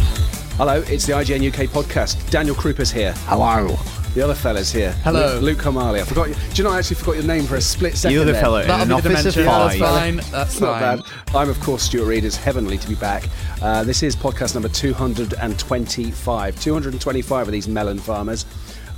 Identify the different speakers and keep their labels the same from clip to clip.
Speaker 1: Hello, it's the IGN UK podcast. Daniel Krupa's here.
Speaker 2: Hello.
Speaker 1: The other fella's here.
Speaker 3: Hello.
Speaker 1: Luke, Luke Kamali. I forgot. You, do you know I actually forgot your name for a split second?
Speaker 2: The other
Speaker 1: there.
Speaker 2: fellow in
Speaker 3: That'll
Speaker 2: an
Speaker 3: be the
Speaker 2: office
Speaker 3: dementia.
Speaker 2: of
Speaker 3: That's
Speaker 2: five.
Speaker 3: fine. That's
Speaker 1: It's not
Speaker 3: fine.
Speaker 1: bad. I'm, of course, Stuart Reed. It's heavenly to be back. Uh, this is podcast number 225. 225 of these melon farmers.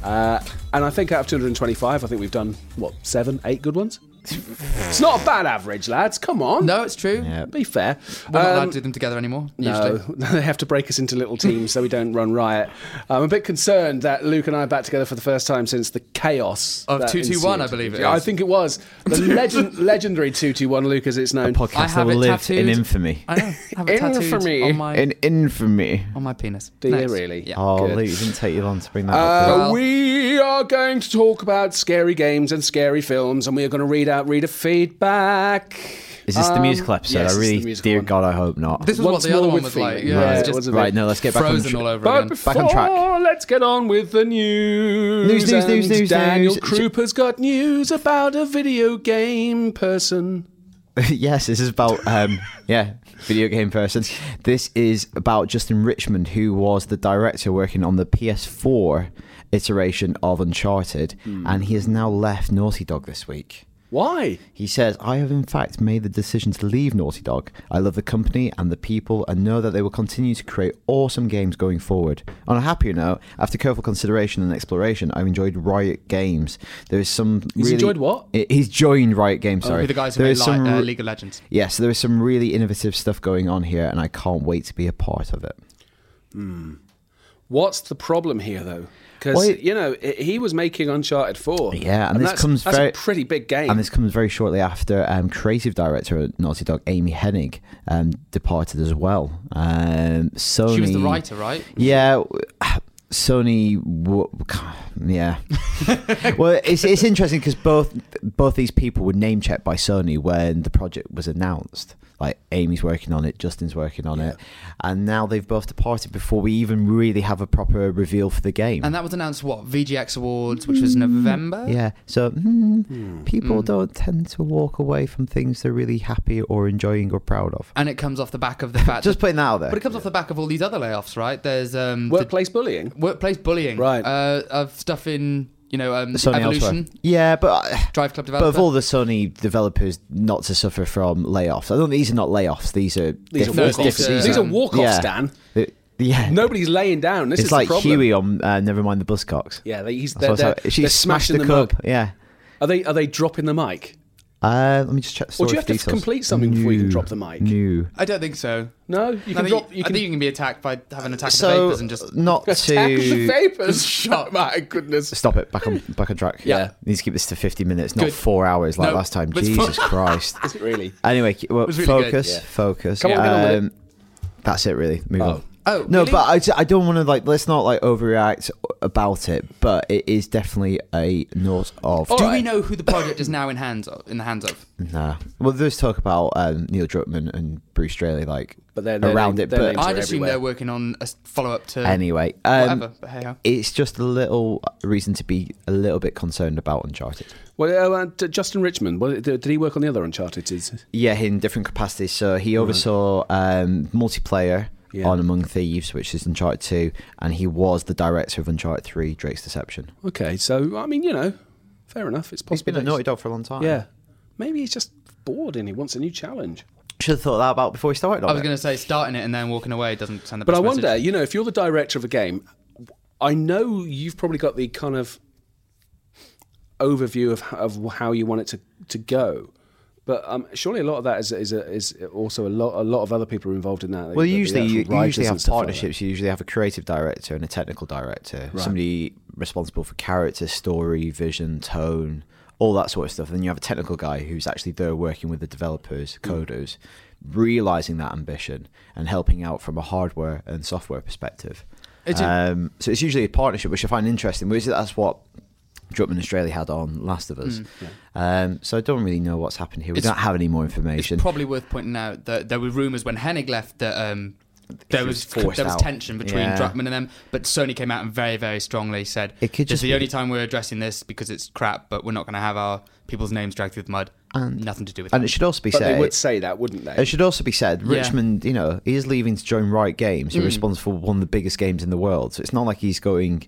Speaker 1: Uh, and I think out of 225, I think we've done, what, seven, eight good ones? it's not a bad average, lads. Come on.
Speaker 3: No, it's true.
Speaker 1: Be fair.
Speaker 3: We're not allowed
Speaker 1: Um,
Speaker 3: to do them together anymore.
Speaker 1: No,
Speaker 3: Usually.
Speaker 1: they have to break us into little teams so we don't run riot. Um, I'm a bit concerned that Luke and I are back together for the first time since the chaos
Speaker 3: Of
Speaker 1: that ensued.
Speaker 3: 221, I believe it
Speaker 1: Yeah, I
Speaker 3: is.
Speaker 1: think it was the legend, legendary two two one. Luke, as it's known.
Speaker 2: Podcast
Speaker 3: I
Speaker 2: that
Speaker 3: have
Speaker 2: will
Speaker 3: it
Speaker 2: live
Speaker 3: tattooed.
Speaker 2: in infamy.
Speaker 3: I know. I have it tattooed
Speaker 1: Infamy.
Speaker 3: on my
Speaker 2: In infamy.
Speaker 3: on my penis.
Speaker 1: Do you
Speaker 3: Nice.
Speaker 1: really?
Speaker 3: Yeah.
Speaker 2: Oh,
Speaker 1: Good.
Speaker 2: Luke, it didn't take you long to bring that
Speaker 1: Uh,
Speaker 2: up.
Speaker 3: Well-
Speaker 1: we are going to talk about scary games and scary films, and we are going to read out reader feedback.
Speaker 2: Is this the
Speaker 1: Um,
Speaker 2: musical episode?
Speaker 1: yes,
Speaker 2: I
Speaker 1: it's the
Speaker 2: really,
Speaker 1: musical
Speaker 2: dear
Speaker 1: one.
Speaker 2: God, I hope not.
Speaker 3: This is what
Speaker 1: Once
Speaker 3: the
Speaker 1: more
Speaker 3: other one
Speaker 1: with
Speaker 3: was
Speaker 1: feeling.
Speaker 3: like. Yeah,
Speaker 1: Right.
Speaker 3: it's
Speaker 1: What's
Speaker 3: just
Speaker 1: it-
Speaker 2: right, no, let's get back on
Speaker 3: frozen
Speaker 2: track.
Speaker 3: all over
Speaker 1: But
Speaker 3: again.
Speaker 1: before,
Speaker 2: Back on track.
Speaker 1: let's get on with the news.
Speaker 2: News, news, news,
Speaker 1: And
Speaker 2: news,
Speaker 1: Daniel
Speaker 2: news.
Speaker 1: Krupa's got news about a video game person.
Speaker 2: yes, this is about um, yeah, video game person. This is about Justin Richmond, who was the director working on the PS4 iteration of Uncharted,
Speaker 1: Hmm.
Speaker 2: and he has now left Naughty Dog this week.
Speaker 1: Why?
Speaker 2: He says, I have in fact made the decision to leave Naughty Dog. I love the company and the people and know that they will continue to create awesome games going forward. On a happier note, after careful consideration and exploration, I've enjoyed Riot Games. There is some
Speaker 1: He's
Speaker 2: really-
Speaker 1: enjoyed what?
Speaker 2: I- He's joined Riot Games,
Speaker 3: Oh, Who
Speaker 2: sorry.
Speaker 3: are the guys who
Speaker 2: There
Speaker 3: made
Speaker 2: is
Speaker 3: like,
Speaker 2: some
Speaker 3: uh,
Speaker 2: re-
Speaker 3: League of Legends.
Speaker 2: yeah, so there is some really innovative stuff going on here and I can't wait to be a part of it.
Speaker 1: What's the problem here, though?
Speaker 2: Why-
Speaker 1: Because you know i- he was making Uncharted Four.
Speaker 2: Yeah, and this
Speaker 1: that's,
Speaker 2: comes
Speaker 1: that's
Speaker 2: very-
Speaker 1: a pretty big game.
Speaker 2: And this comes very shortly after um, creative director at Naughty Dog, Amy Hennig, um, departed as well. Um, Sony,
Speaker 3: She was the writer, right?
Speaker 2: Yeah, w- Sony. w- Yeah. well, it's it's interesting because both both these people were name checked by Sony when the project was announced. Like Amy's working on it, Justin's working on it, and now they've both departed before we even really have a proper reveal for the game.
Speaker 3: And uh, that was announced what VGX Awards, which was November.
Speaker 2: Mm. yeah, so mm,
Speaker 3: Hmm.
Speaker 2: people don't tend to walk away from things they're really happy or enjoying or proud of.
Speaker 3: And it comes off the back of the fact.
Speaker 2: Just
Speaker 3: that,
Speaker 2: putting that out there.
Speaker 3: Uh, but it comes off the back of all these other layoffs, right? There's um, the
Speaker 1: Workplace bullying.
Speaker 3: workplace bullying,
Speaker 1: Right.
Speaker 3: Uh, of stuff in you know um,
Speaker 2: Sony
Speaker 3: evolution,
Speaker 2: elsewhere. Yeah, but. uh, I-
Speaker 3: Drive Club
Speaker 2: But
Speaker 3: developer.
Speaker 2: of all the Sony developers not to suffer from layoffs, I don't. These are not layoffs. These are
Speaker 1: These are
Speaker 2: different-
Speaker 1: walk
Speaker 3: walk-offs.
Speaker 1: offs.
Speaker 2: different-
Speaker 3: These
Speaker 1: These are
Speaker 3: are-
Speaker 1: walk offs,
Speaker 2: yeah.
Speaker 1: Dan.
Speaker 2: It- yeah,
Speaker 1: Nobody's laying down. This
Speaker 2: it's
Speaker 1: is
Speaker 2: like
Speaker 1: the problem.
Speaker 2: Huey on uh, Nevermind the Buzzcocks.
Speaker 1: Yeah, they, he's,
Speaker 2: That's
Speaker 1: they're,
Speaker 2: what I
Speaker 1: they're,
Speaker 2: said. she
Speaker 1: they're
Speaker 2: smashed
Speaker 1: smashing
Speaker 2: the
Speaker 1: them up.
Speaker 2: cup. Yeah.
Speaker 1: Are they are they dropping the mic?
Speaker 2: Uh, let me just check. The
Speaker 1: Or do you
Speaker 2: storage
Speaker 1: have to
Speaker 2: details.
Speaker 1: complete something before you can drop the mic?
Speaker 2: No.
Speaker 3: I don't think so.
Speaker 1: No, you
Speaker 3: I
Speaker 1: can
Speaker 3: think,
Speaker 1: drop.
Speaker 3: I
Speaker 1: You can
Speaker 3: think you can uh, be attacked by having attacked the
Speaker 2: So
Speaker 3: vapors and just.
Speaker 2: not
Speaker 1: attack the
Speaker 2: to
Speaker 1: vapors. Shut my goodness.
Speaker 2: stop it. Back on back on track.
Speaker 1: Yeah.
Speaker 2: Need to keep this to fifty minutes, not
Speaker 3: Good.
Speaker 2: four hours like
Speaker 3: No,
Speaker 2: last time.
Speaker 3: but-
Speaker 2: Jesus Christ.
Speaker 1: Is it really?
Speaker 2: Anyway, ke- well,
Speaker 3: was really good.
Speaker 2: focus,
Speaker 1: Yeah.
Speaker 2: focus. Um,
Speaker 1: Come on, get on with it.
Speaker 2: That's it, really. Move on.
Speaker 3: Oh,
Speaker 2: no,
Speaker 3: really?
Speaker 2: but I, ju- I don't want to like. Let's not like overreact about it. But it is definitely a note of.
Speaker 3: Do we
Speaker 1: Alright.
Speaker 3: know who the project is now in hands of? In the hands of?
Speaker 2: Nah. Well, there's talk about um, Neil Druckmann and Bruce Straley, like
Speaker 1: But they're- they're
Speaker 2: around
Speaker 1: named-
Speaker 2: it.
Speaker 1: they're
Speaker 2: But
Speaker 1: named-
Speaker 3: I'd
Speaker 1: are
Speaker 3: assume
Speaker 1: everywhere.
Speaker 3: they're working on a follow up to
Speaker 2: anyway,
Speaker 3: whatever.
Speaker 2: um,
Speaker 3: but hey ho.
Speaker 2: it's just a little reason to be a little bit concerned about Uncharted.
Speaker 1: Well, uh, uh, Justin Richmond. Well, did he work on the other Uncharted?
Speaker 2: Yeah, in different capacities. So he oversaw um, multiplayer
Speaker 1: Yeah.
Speaker 2: on Among Thieves, which is Uncharted 2, and he was the director of Uncharted 3, Drake's Deception.
Speaker 1: Okay, so I mean, you know, fair enough. It's possible.
Speaker 2: He's been a
Speaker 1: that
Speaker 2: Naughty Dog for a long time.
Speaker 1: Yeah, maybe he's just bored and he wants a new challenge.
Speaker 2: Should have thought that about before he started on
Speaker 3: I was
Speaker 2: it.
Speaker 3: going to say starting it and then walking away doesn't send the
Speaker 1: But
Speaker 3: best
Speaker 1: I wonder,
Speaker 3: message.
Speaker 1: you know, if you're the director of a game, I know you've probably got the kind of overview of of how you want it to to go. But um, surely a lot of that is is, is also a lot a lot of other people are involved in that.
Speaker 2: Well,
Speaker 1: The- the
Speaker 2: usually
Speaker 1: actual
Speaker 2: you, you
Speaker 1: writers
Speaker 2: usually
Speaker 1: and
Speaker 2: have
Speaker 1: stuff like that.
Speaker 2: partnerships. you usually have a creative director and a technical director, somebody responsible for character, story, vision, tone, all that sort of stuff. And then you have a technical guy who's actually there working with the developers,
Speaker 1: Mm.
Speaker 2: coders, realizing that ambition and helping out from a hardware and software perspective.
Speaker 3: It's a-
Speaker 2: Um, so it's usually a partnership, which I find interesting. Which that's what. Druckmann Australia had on Last of
Speaker 1: Mm,
Speaker 2: Us, um, so I don't really know what's happened here. We
Speaker 3: It's-
Speaker 2: don't have any more information.
Speaker 3: It's probably worth pointing out that there were rumours when Hennig left that um, there
Speaker 2: He
Speaker 3: was,
Speaker 2: was forced
Speaker 3: there was
Speaker 2: out.
Speaker 3: tension between
Speaker 2: Yeah.
Speaker 3: Druckmann and them, but Sony came out and very very strongly said
Speaker 2: It could
Speaker 3: this
Speaker 2: just
Speaker 3: is the
Speaker 2: be-
Speaker 3: only time we're addressing this because it's crap, but we're not going to have our people's names dragged through the mud.
Speaker 2: and
Speaker 3: Nothing to do with
Speaker 2: and
Speaker 3: that.
Speaker 2: it should also be
Speaker 1: But
Speaker 2: said
Speaker 1: they would say that, wouldn't they?
Speaker 2: it should also be said,
Speaker 3: Yeah. Mm.
Speaker 2: Richmond, you know, he is leaving to join Riot Games, who are responsible for one of the biggest games in the world. So it's not like he's going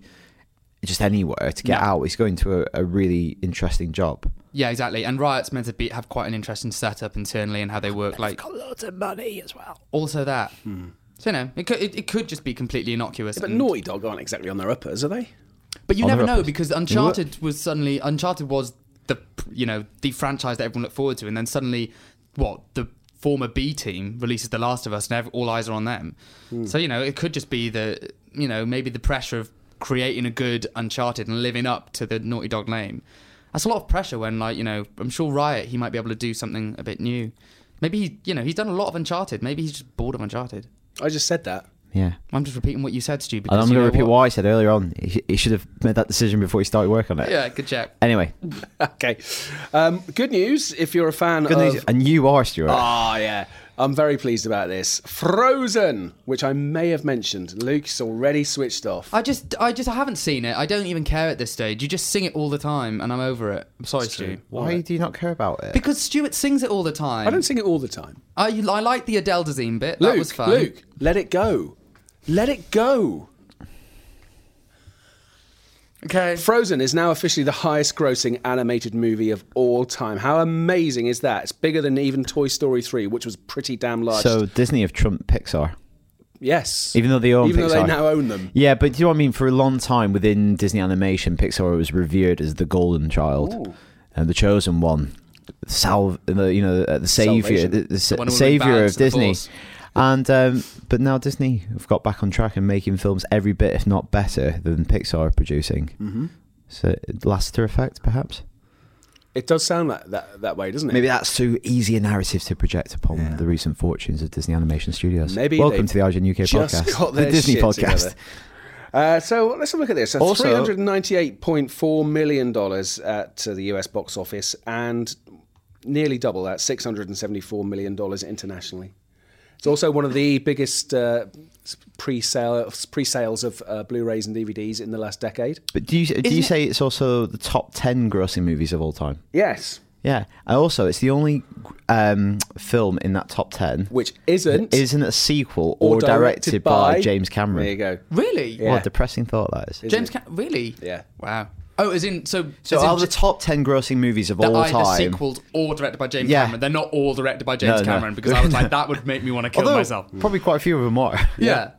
Speaker 2: just anywhere to get
Speaker 3: No.
Speaker 2: out. He's going to a, a really interesting job.
Speaker 3: Yeah, exactly. And Riot's meant to be have quite an interesting setup internally and how they work. Like
Speaker 1: loads of money as well.
Speaker 3: also that. So you know, it could it, it could just be completely innocuous.
Speaker 1: But
Speaker 3: and-
Speaker 1: Naughty Dog aren't exactly on their uppers, are they?
Speaker 3: But you
Speaker 2: On
Speaker 3: never
Speaker 2: their
Speaker 3: know
Speaker 2: uppers.
Speaker 3: because Uncharted was suddenly Uncharted was the you know the franchise that everyone looked forward to, and then suddenly what the former B team releases The Last of Us, and ev- all eyes are on them.
Speaker 2: Hmm.
Speaker 3: So you know it could just be the you know maybe the pressure of creating a good Uncharted and living up to the Naughty Dog name. That's a lot of pressure when like you know I'm sure Riot he might be able to do something a bit new. Maybe he you know he's done a lot of Uncharted. Maybe he's just bored of Uncharted.
Speaker 1: I just said that.
Speaker 2: Yeah.
Speaker 3: I'm just repeating what you said, Stu.
Speaker 2: And
Speaker 3: because
Speaker 2: I'm
Speaker 3: you
Speaker 2: going to
Speaker 3: know
Speaker 2: repeat
Speaker 3: what?
Speaker 2: what I said earlier on. He, he should have made that decision before he started work on it.
Speaker 3: Yeah, good check.
Speaker 2: Anyway,
Speaker 1: Okay. Um, good news if you're a fan
Speaker 2: good
Speaker 1: of.
Speaker 2: news. And you are, Stuart.
Speaker 1: Ah, yeah. I'm very pleased about this. Frozen, which I may have mentioned. Luke's already switched off.
Speaker 3: I just, I just, I haven't seen it. I don't even care at this stage. You just sing it all the time, and I'm over it. I'm sorry, Stu.
Speaker 2: Why do you not care about it?
Speaker 3: Because Stuart sings it all the time.
Speaker 1: I don't sing it all the time.
Speaker 3: I, I like the Adele Dazeem bit.
Speaker 1: Luke,
Speaker 3: that was fun.
Speaker 1: Luke, let it go. Let it go.
Speaker 3: Okay.
Speaker 1: Frozen is now officially the highest grossing animated movie of all time. How amazing is that? It's bigger than even Toy Story 3, which was pretty damn large.
Speaker 2: so Disney have trumped Pixar.
Speaker 1: yes.
Speaker 2: Even though they own
Speaker 1: Even though they
Speaker 2: Pixar.
Speaker 1: now own them.
Speaker 2: Yeah, but do you know what I mean? For a long time within Disney Animation, Pixar was revered as the golden child and the chosen one, salve, the, you know, uh, the savior,
Speaker 1: Salvation.
Speaker 2: the, the sa-
Speaker 3: one who
Speaker 2: savior
Speaker 3: advanced
Speaker 2: of
Speaker 3: the
Speaker 2: Disney.
Speaker 3: force.
Speaker 2: And um, but now Disney have got back on track and making films every bit, if not better, than Pixar are producing. Mm-hmm. So laster effect, perhaps.
Speaker 1: It does sound that, that, that way, doesn't it?
Speaker 2: Maybe that's too easy a narrative to project upon the recent fortunes of Disney Animation Studios.
Speaker 1: Maybe
Speaker 2: welcome
Speaker 1: they've
Speaker 2: to the IGN UK
Speaker 1: just
Speaker 2: podcast,
Speaker 1: got
Speaker 2: the
Speaker 1: their
Speaker 2: Disney
Speaker 1: shit
Speaker 2: podcast.
Speaker 1: together. Uh, so let's have a look at this. So
Speaker 2: Also-
Speaker 1: $398.4 million at uh, the US box office and nearly double that, $674 million internationally. It's also one of the biggest uh, pre-sale, pre-sales of uh, Blu-rays and DVDs in the last decade.
Speaker 2: But do you do you say it's also the top ten grossing movies of all time?
Speaker 1: Yes,
Speaker 2: Yeah, and also it's the only um, film in that top ten
Speaker 1: which isn't
Speaker 2: isn't a sequel or, directed, by, James Cameron.
Speaker 1: There you go.
Speaker 3: Really?
Speaker 1: Yeah.
Speaker 2: What a depressing thought that is.
Speaker 3: James, Ca- really?
Speaker 1: Yeah.
Speaker 3: Wow. Oh, as in so.
Speaker 2: so
Speaker 3: as in
Speaker 2: out of the
Speaker 3: j-
Speaker 2: top ten grossing movies of
Speaker 3: they're
Speaker 2: all
Speaker 3: either
Speaker 2: time,
Speaker 3: sequels or directed by James
Speaker 2: Yeah.
Speaker 3: Cameron. They're not all directed by James
Speaker 2: No, no.
Speaker 3: Cameron because I was like, that would make me want to kill
Speaker 2: although
Speaker 3: myself.
Speaker 2: probably quite a few of them are.
Speaker 3: Yeah.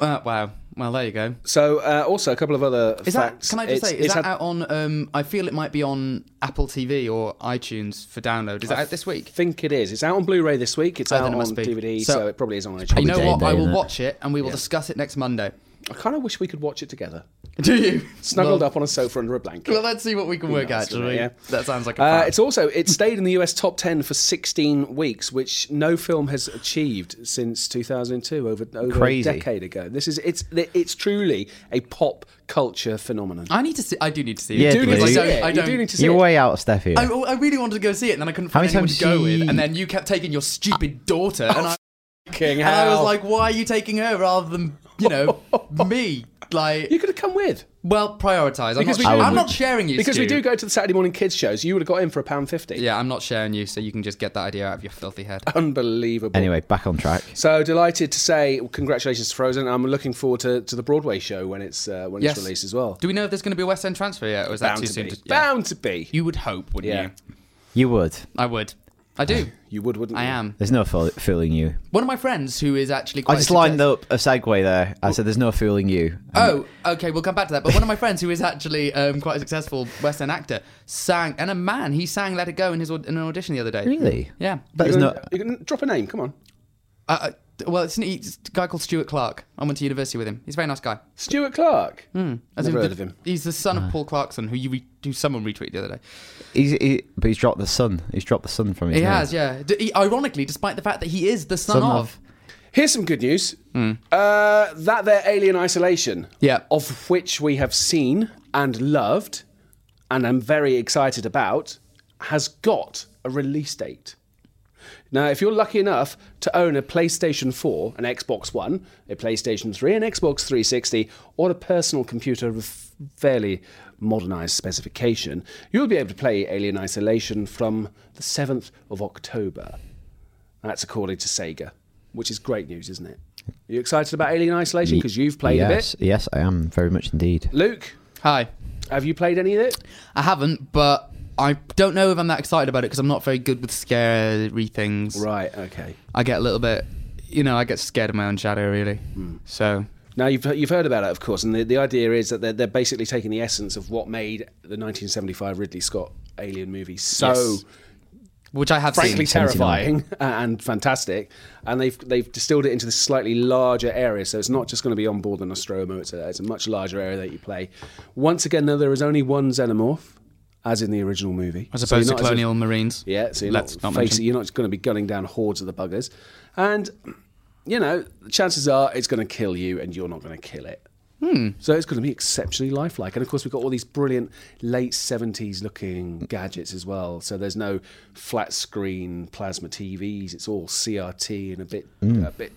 Speaker 3: Uh, wow. Well, there you go.
Speaker 1: So uh, also a couple of other
Speaker 3: Is
Speaker 1: facts.
Speaker 3: that? Can I just
Speaker 1: It's-
Speaker 3: say? Is
Speaker 1: it's
Speaker 3: that
Speaker 1: had-
Speaker 3: out on? Um, I feel it might be on Apple TV or iTunes for download. Is that out this week?
Speaker 1: think it is. It's out on Blu-ray this week. It's
Speaker 3: Oh,
Speaker 1: out
Speaker 3: then it
Speaker 1: on
Speaker 3: must be.
Speaker 1: DVD, so,
Speaker 3: So-
Speaker 1: it probably is on iTunes.
Speaker 3: You
Speaker 2: Probably
Speaker 3: know
Speaker 2: day and
Speaker 3: what? I
Speaker 2: day,
Speaker 3: will
Speaker 2: innit?
Speaker 3: watch it and we will discuss it next Monday.
Speaker 1: I kind of wish we could watch it together,
Speaker 3: Do you?
Speaker 1: snuggled
Speaker 3: well,
Speaker 1: up on a sofa under a blanket.
Speaker 3: Well, let's see what we can work
Speaker 1: nice,
Speaker 3: out. shall
Speaker 1: wouldn't
Speaker 3: we?
Speaker 1: it? Yeah.
Speaker 3: That sounds like a
Speaker 1: Uh,
Speaker 3: plan.
Speaker 1: it's also it stayed in the US top ten for 16 weeks, which no film has achieved since 2002, over, over
Speaker 2: Crazy.
Speaker 1: a decade ago. This is it's it's truly a pop culture phenomenon.
Speaker 3: I need to see. I do need to see
Speaker 2: Yeah,
Speaker 3: it.
Speaker 1: do need to
Speaker 2: Blue.
Speaker 1: see
Speaker 3: I don't.
Speaker 1: it.
Speaker 3: I
Speaker 1: You
Speaker 3: don't.
Speaker 1: do need to see
Speaker 2: You're
Speaker 1: it.
Speaker 2: way out of step here.
Speaker 3: I, I really wanted to go see it, and then I couldn't find
Speaker 2: many
Speaker 3: anyone
Speaker 2: times
Speaker 3: to go with.
Speaker 2: she-
Speaker 3: And then you kept taking your stupid daughter, and I,
Speaker 1: Fucking
Speaker 3: and I was
Speaker 1: hell.
Speaker 3: like, "Why are you taking her rather than you know me?" Like,
Speaker 1: you could have come with.
Speaker 3: well, prioritize. I'm,
Speaker 1: Because
Speaker 3: not,
Speaker 1: we
Speaker 3: sh-
Speaker 1: do-
Speaker 3: I'm not sharing you.
Speaker 1: Because we
Speaker 3: Stu.
Speaker 1: do go to the Saturday morning kids shows. You would have got in for a pound fifty.
Speaker 3: Yeah, I'm not sharing you, so you can just get that idea out of your filthy head.
Speaker 1: Unbelievable.
Speaker 2: Anyway, back on track.
Speaker 1: So delighted to say congratulations to Frozen. I'm looking forward to, to the Broadway show when it's uh, when
Speaker 3: Yes.
Speaker 1: it's released as well.
Speaker 3: Do we know if there's going to be a West End transfer yet, or is that
Speaker 1: Bound
Speaker 3: too
Speaker 1: to
Speaker 3: soon?
Speaker 1: be.
Speaker 3: To, yeah.
Speaker 1: Bound to be.
Speaker 3: You would hope, wouldn't
Speaker 1: Yeah.
Speaker 3: you?
Speaker 2: You would.
Speaker 3: I would. I do.
Speaker 1: You would, wouldn't
Speaker 3: I
Speaker 1: you?
Speaker 3: am.
Speaker 2: There's no fool- fooling you.
Speaker 3: One of my friends who is actually quite
Speaker 2: I just lined up a segue there. I said, "There's no fooling you."
Speaker 3: Oh, okay, we'll come back to that. But one of my friends who is actually um, quite a successful West End actor sang, and a man, he sang "Let It Go" in his aud- in an audition the other day.
Speaker 2: Really?
Speaker 3: Yeah.
Speaker 2: But there's
Speaker 1: You
Speaker 2: no.
Speaker 1: can, you can drop a name. Come on,
Speaker 3: Uh, uh, well, it's, an, it's a guy called Stuart Clark. I went to university with him. He's a very nice guy.
Speaker 1: Stuart Clark.
Speaker 3: As
Speaker 1: Never
Speaker 3: in
Speaker 1: heard
Speaker 3: the-
Speaker 1: of him.
Speaker 3: He's the son of Paul Clarkson, who you re- who someone retweeted the other day.
Speaker 2: He's, he, but he's dropped the sun. He's dropped the sun from his.
Speaker 3: He
Speaker 2: name.
Speaker 3: has, yeah. D- he- ironically, despite the fact that he is the son,
Speaker 2: Son
Speaker 3: of.
Speaker 2: of.
Speaker 1: Here's some good news. Uh, that there Alien Isolation,
Speaker 3: Yeah.
Speaker 1: of which we have seen and loved, and I'm very excited about, has got a release date. Now, if you're lucky enough to own a PlayStation 4, an Xbox One, a PlayStation 3, an Xbox 360, or a personal computer with fairly modernized specification, you'll be able to play Alien Isolation from the 7th of October. That's according to Sega, which is great news, isn't it? Are you excited about Alien Isolation? Because you've played
Speaker 2: yes,
Speaker 1: a bit.
Speaker 2: yes, I am very much indeed.
Speaker 1: Luke,
Speaker 3: Hi.
Speaker 1: have you played any of it?
Speaker 3: I haven't, but I don't know if I'm that excited about it because I'm not very good with scary things.
Speaker 1: Right, okay.
Speaker 3: I get a little bit, you know, I get scared of my own shadow really.
Speaker 1: Hmm.
Speaker 3: So
Speaker 1: Now you've you've heard about it, of course, and the, the idea is that they're, they're basically taking the essence of what made the 1975 Ridley Scott Alien movie so
Speaker 3: Yes. which I have
Speaker 1: frankly
Speaker 3: seen.
Speaker 1: terrifying and fantastic, and they've they've distilled it into this slightly larger area. So it's not just going to be on board the Nostromo; it's a, it's a much larger area that you play. Once again, though, there is only one xenomorph, as in the original movie,
Speaker 3: As
Speaker 1: So you're
Speaker 3: opposed
Speaker 1: not as
Speaker 3: to
Speaker 1: if-
Speaker 3: Colonial Marines.
Speaker 1: yeah, so you're
Speaker 3: Let's
Speaker 1: not,
Speaker 3: not
Speaker 1: facing,
Speaker 3: mention-
Speaker 1: you're not going to be gunning down hordes of the buggers, and you know the chances are it's going to kill you, and you're not going to kill it. So it's going to be exceptionally lifelike, and of course we've got all these brilliant late seventies looking gadgets as well. So there's no flat screen plasma TVs; it's all CRT and a bit a bit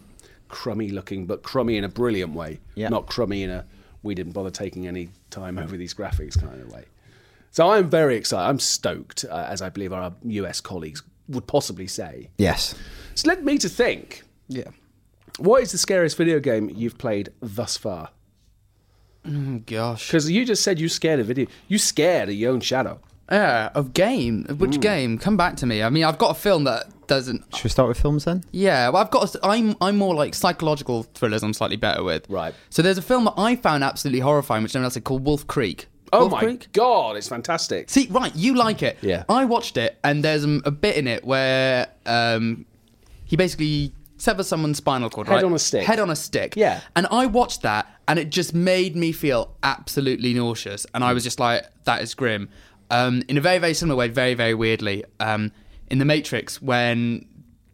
Speaker 1: crummy looking, but crummy in a brilliant way,
Speaker 2: Yeah.
Speaker 1: not crummy in a we didn't bother taking any time over these graphics kind of way. So I'm very excited. I'm stoked, uh, as I believe our US colleagues would possibly say.
Speaker 2: Yes,
Speaker 1: It's led me to think
Speaker 3: Yeah.
Speaker 1: what is the scariest video game you've played thus far?
Speaker 3: Oh, gosh.
Speaker 1: Because you just said you scared a video. You scared a young shadow.
Speaker 3: Yeah, of game. Which
Speaker 1: Hmm.
Speaker 3: game? Come back to me. I mean, I've got a film that doesn't.
Speaker 2: should we start with films then?
Speaker 3: Yeah, well, I've got. A, I'm I'm more like psychological thrillers. I'm slightly better with.
Speaker 1: Right.
Speaker 3: So there's a film that I found absolutely horrifying, which no one else had, called Wolf Creek.
Speaker 1: Oh
Speaker 3: Wolf
Speaker 1: my
Speaker 3: Creek?
Speaker 1: God, it's fantastic.
Speaker 3: See, right, you like it.
Speaker 1: Yeah.
Speaker 3: I watched it, and there's um, a bit in it where um, he basically severs someone's spinal cord.
Speaker 1: Head
Speaker 3: right?
Speaker 1: on a stick.
Speaker 3: Head on a stick.
Speaker 1: Yeah.
Speaker 3: And I watched that, and it just made me feel absolutely nauseous, and I was just like, "That is grim." Um, in a very, very similar way, very, very weirdly, um, in the Matrix when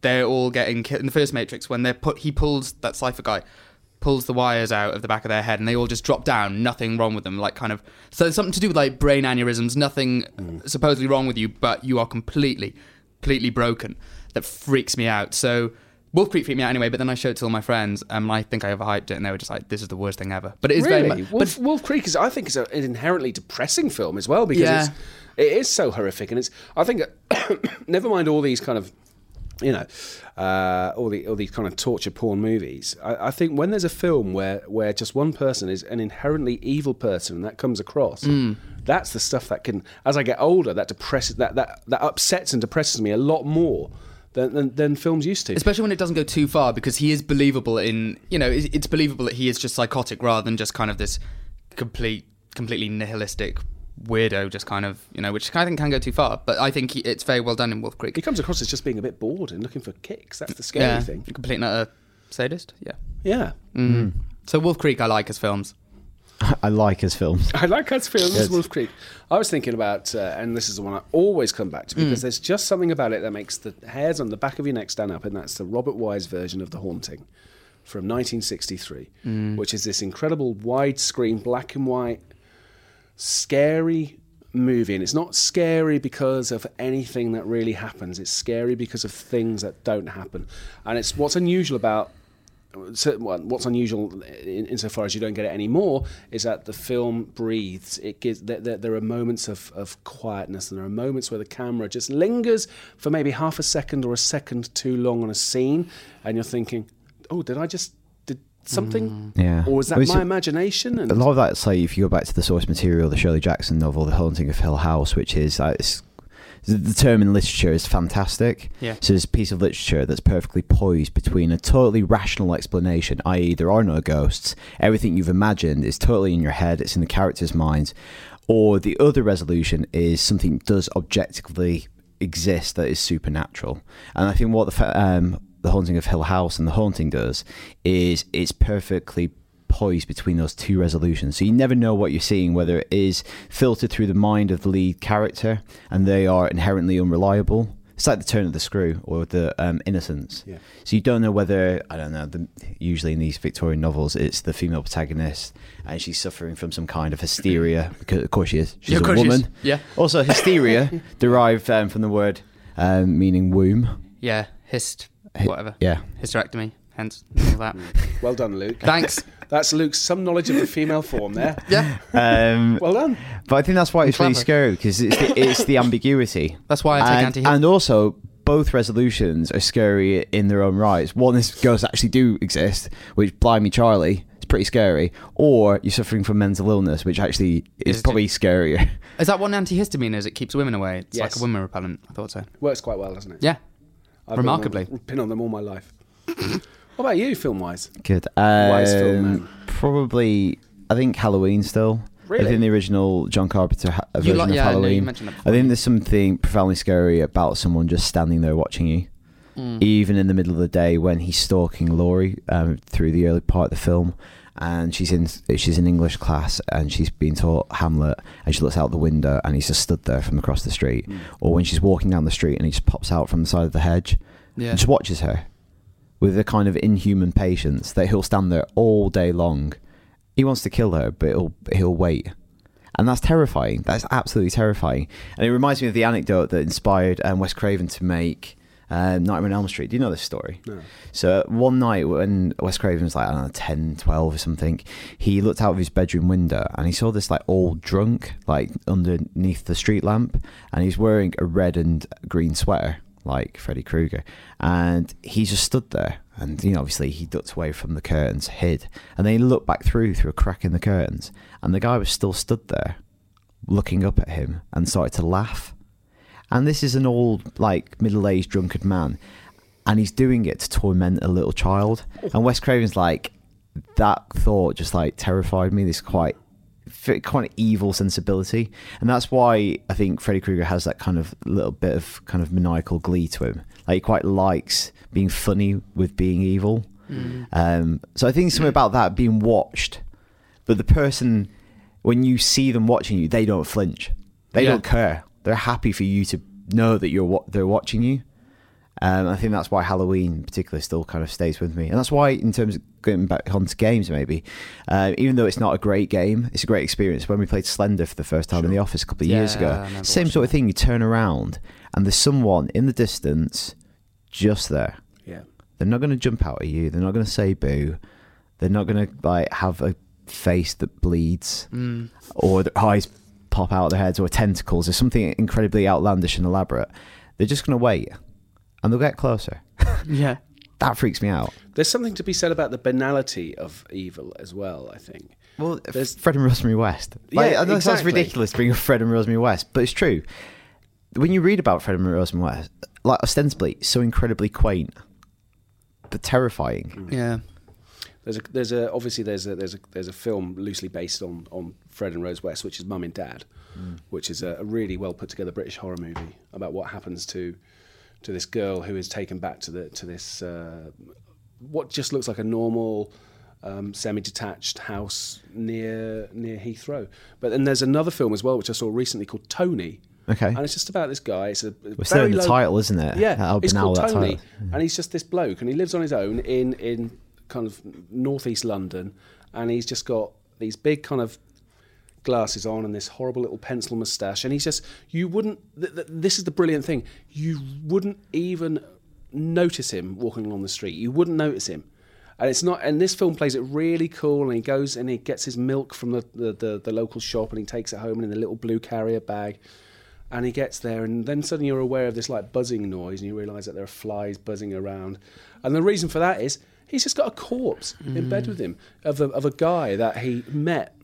Speaker 3: they're all getting killed in the first Matrix when they're put, he pulls that cipher guy pulls the wires out of the back of their head and they all just drop down nothing wrong with them like kind of so it's something to do with like brain aneurysms nothing supposedly wrong with you but you are completely completely broken that freaks me out so wolf creek freaked me out anyway but then i showed it to all my friends and i think i overhyped it and they were just like this is the worst thing ever but it is very
Speaker 1: Really?
Speaker 3: much
Speaker 1: Wolf, Wolf Creek is, I think, is a, an inherently depressing film as well because
Speaker 3: Yeah.
Speaker 1: it's, it is so horrific, and it's. I think, never mind all these kind of, you know, uh, all the all these kind of torture porn movies. I, I think when there's a film where where just one person is an inherently evil person and that comes across,
Speaker 3: Hmm.
Speaker 1: that's the stuff that can. As I get older, that depresses that that that upsets and depresses me a lot more than than, than films used to.
Speaker 3: especially when it doesn't go too far because he is believable in you know it's it's believable that he is just psychotic rather than just kind of this complete completely nihilistic weirdo just kind of you know which i think can go too far but i think he, it's very well done in wolf creek
Speaker 1: He comes across as just being a bit bored and looking for kicks. That's the scary
Speaker 3: yeah
Speaker 1: thing.
Speaker 3: complete and utter sadist yeah
Speaker 1: Yeah.
Speaker 3: so wolf creek i like as films
Speaker 2: I like his films.
Speaker 1: I like Cat's Fields, Wolf Creek. I was thinking about, uh, and this is the one I always come back to because there's just something about it that makes the hairs on the back of your neck stand up, and that's the Robert Wise version of The Haunting from 1963, which is this incredible widescreen black and white, scary movie. And it's not scary because of anything that really happens, it's scary because of things that don't happen. And it's what's unusual about so well, what's unusual in, insofar as you don't get it anymore is that the film breathes. It gives there, there, there are moments of, of quietness and there are moments where the camera just lingers for maybe half a second or a second too long on a scene, and you're thinking, "Oh, did I just did something?
Speaker 2: Yeah.
Speaker 1: or was that
Speaker 2: Well, Mm. it's-
Speaker 1: my imagination?" And
Speaker 2: A lot of that, say, if you go back to the source material, the Shirley Jackson novel, The Haunting of Hill House, which is uh, it's, the- the term in literature is fantastic.
Speaker 3: Yeah.
Speaker 2: So it's a piece of literature that's perfectly poised between a totally rational explanation, i.e., there are no ghosts, everything you've imagined is totally in your head, it's in the character's minds, or the other resolution is something does objectively exist that is supernatural. And I think what the fa- um, the haunting of Hill House and the haunting does is it's perfectly poised between those two resolutions. So you never know what you're seeing, whether it is filtered through the mind of the lead character and they are inherently unreliable. It's like the turn of the screw or the um, innocence.
Speaker 1: Yeah.
Speaker 2: So you don't know whether I don't know. The, usually in these Victorian novels, it's the female protagonist and she's suffering from some kind of hysteria because of course she is. She's
Speaker 3: Yeah, of
Speaker 2: a
Speaker 3: course she is.
Speaker 2: woman.
Speaker 3: Yeah.
Speaker 2: Also, hysteria derived um, from the word um, meaning womb.
Speaker 3: yeah, hist,
Speaker 2: Hi-
Speaker 3: whatever.
Speaker 2: Yeah.
Speaker 3: Hysterectomy, hence all that.
Speaker 1: Well done, Luke.
Speaker 3: Thanks.
Speaker 1: That's Luke's some knowledge of the female form there.
Speaker 3: Yeah,
Speaker 2: Um,
Speaker 1: Well done.
Speaker 2: but I think that's why it's really
Speaker 3: Clever.
Speaker 2: scary because it's the, it's the ambiguity.
Speaker 3: that's why I take
Speaker 2: and,
Speaker 3: anti
Speaker 2: and also, both resolutions are scary in their own rights. One, this ghosts actually do exist, which blimey, Charlie, it's pretty scary. Or you're suffering from mental illness, which actually is
Speaker 3: Is it-
Speaker 2: probably scarier.
Speaker 3: Is that what an antihistamine is? It keeps women away. It's
Speaker 1: Yes.
Speaker 3: like a women repellent. I thought so.
Speaker 1: Works quite well, doesn't it?
Speaker 3: Yeah.
Speaker 1: I've been on them-
Speaker 3: Remarkably.
Speaker 1: been on them all my life. what about you, film wise?
Speaker 2: Good.
Speaker 1: Wise film,
Speaker 2: Um,
Speaker 1: man.
Speaker 2: Probably, I think Halloween still.
Speaker 1: Really?
Speaker 2: I think the original John Carpenter ha- version
Speaker 3: like-
Speaker 2: of
Speaker 3: yeah, I know, you
Speaker 2: Halloween.
Speaker 3: mentioned that
Speaker 2: I think there's something profoundly scary about someone just standing there watching you,
Speaker 3: Mm.
Speaker 2: even in the middle of the day when he's stalking Laurie um, through the early part of the film, and she's in she's in English class and she's being taught Hamlet, and she looks out the window and he's just stood there from across the street,
Speaker 1: Mm.
Speaker 3: Hmm.
Speaker 2: or when she's walking down the street and he just pops out from the side of the hedge,
Speaker 3: Yeah.
Speaker 2: and just watches her with a kind of inhuman patience that he'll stand there all day long. He wants to kill her, but he'll he'll wait, and that's terrifying. That's absolutely terrifying, and it reminds me of the anecdote that inspired um, Wes Craven to make um, Nightmare on Elm Street. Do you know this story?
Speaker 1: No.
Speaker 2: So one night when Wes Craven was like I don't know 10, 12 or something, he looked out of his bedroom window and he saw this like old drunk like underneath the street lamp, and he's wearing a red and green sweater like Freddy Krueger, and he just stood there. And you know, obviously, he ducked away from the curtains, hid, and then he looked back through through a crack in the curtains, and the guy was still stood there, looking up at him, and started to laugh. And this is an old, like, middle aged drunkard man. And he's doing it to torment a little child. And Wes Craven's like, that thought just, like, terrified me. This quite, f- quite evil sensibility. And that's why I think Freddy Krueger has that kind of little bit of kind of maniacal glee to him. Like, he quite likes being funny with being evil.
Speaker 3: Mm.
Speaker 2: Um, so I think something about that being watched. But the person, when you see them watching you, they don't flinch. They
Speaker 3: Yeah.
Speaker 2: don't care. They're happy for you to know that you're what they're watching you. Um, I think that's why Halloween, in particular, still kind of stays with me, and that's why, in terms of going back onto games, maybe, uh, even though it's not a great game, it's a great experience. When we played Slender for the first time in the office a couple of years
Speaker 3: Yeah, I
Speaker 2: ago,
Speaker 3: remember
Speaker 2: same sort of thing. You turn around, and there's someone in the distance, just there.
Speaker 1: Yeah.
Speaker 2: They're not going to jump out at you. They're not going to say boo. They're not going to like have a face that bleeds
Speaker 1: Mm.
Speaker 2: or their eyes pop out of their heads or tentacles or something incredibly outlandish and elaborate. They're just going to wait and they'll get closer.
Speaker 3: yeah.
Speaker 2: That freaks me out.
Speaker 1: There's something to be said about the banality of evil as well, I think.
Speaker 2: Well,
Speaker 1: There's-
Speaker 2: Fred and Rosemary West. Like,
Speaker 1: Yeah,
Speaker 2: I know it sounds
Speaker 1: exactly.
Speaker 2: ridiculous to bring up Fred and Rosemary West, but it's true. When you read about Fred and Rosemary West, like ostensibly it's so incredibly quaint, but terrifying.
Speaker 1: Mm.
Speaker 3: Yeah.
Speaker 1: There's a, there's a, obviously there's a, there's a, there's a film loosely based on, on Fred and Rose West, which is Mum and Dad, which is a, a really well put together British horror movie about what happens to, to this girl who is taken back to the, to this, uh, what just looks like a normal, um, semi-detached house near, near Heathrow. But then there's another film as well, which I saw recently called Tony.
Speaker 2: Okay.
Speaker 1: And it's just about this guy. It's a
Speaker 2: We're still
Speaker 1: very
Speaker 2: in the
Speaker 1: low-
Speaker 2: title, isn't it?
Speaker 1: Yeah,
Speaker 2: How
Speaker 1: it's
Speaker 2: banal
Speaker 1: called
Speaker 2: that
Speaker 1: Tony,
Speaker 2: title.
Speaker 1: and he's just this bloke, and he lives on his own in in kind of northeast London, and he's just got these big kind of glasses on and this horrible little pencil moustache, and he's just you wouldn't. Th- th- this is the brilliant thing: you wouldn't even notice him walking along the street. You wouldn't notice him. And it's not, and this film plays it really cool. And he goes and he gets his milk from the, the, the, the local shop, and he takes it home in the little blue carrier bag and he gets there and then suddenly you're aware of this like buzzing noise and you realize that there are flies buzzing around and the reason for that is he's just got a corpse in bed with him of a, of a guy that he met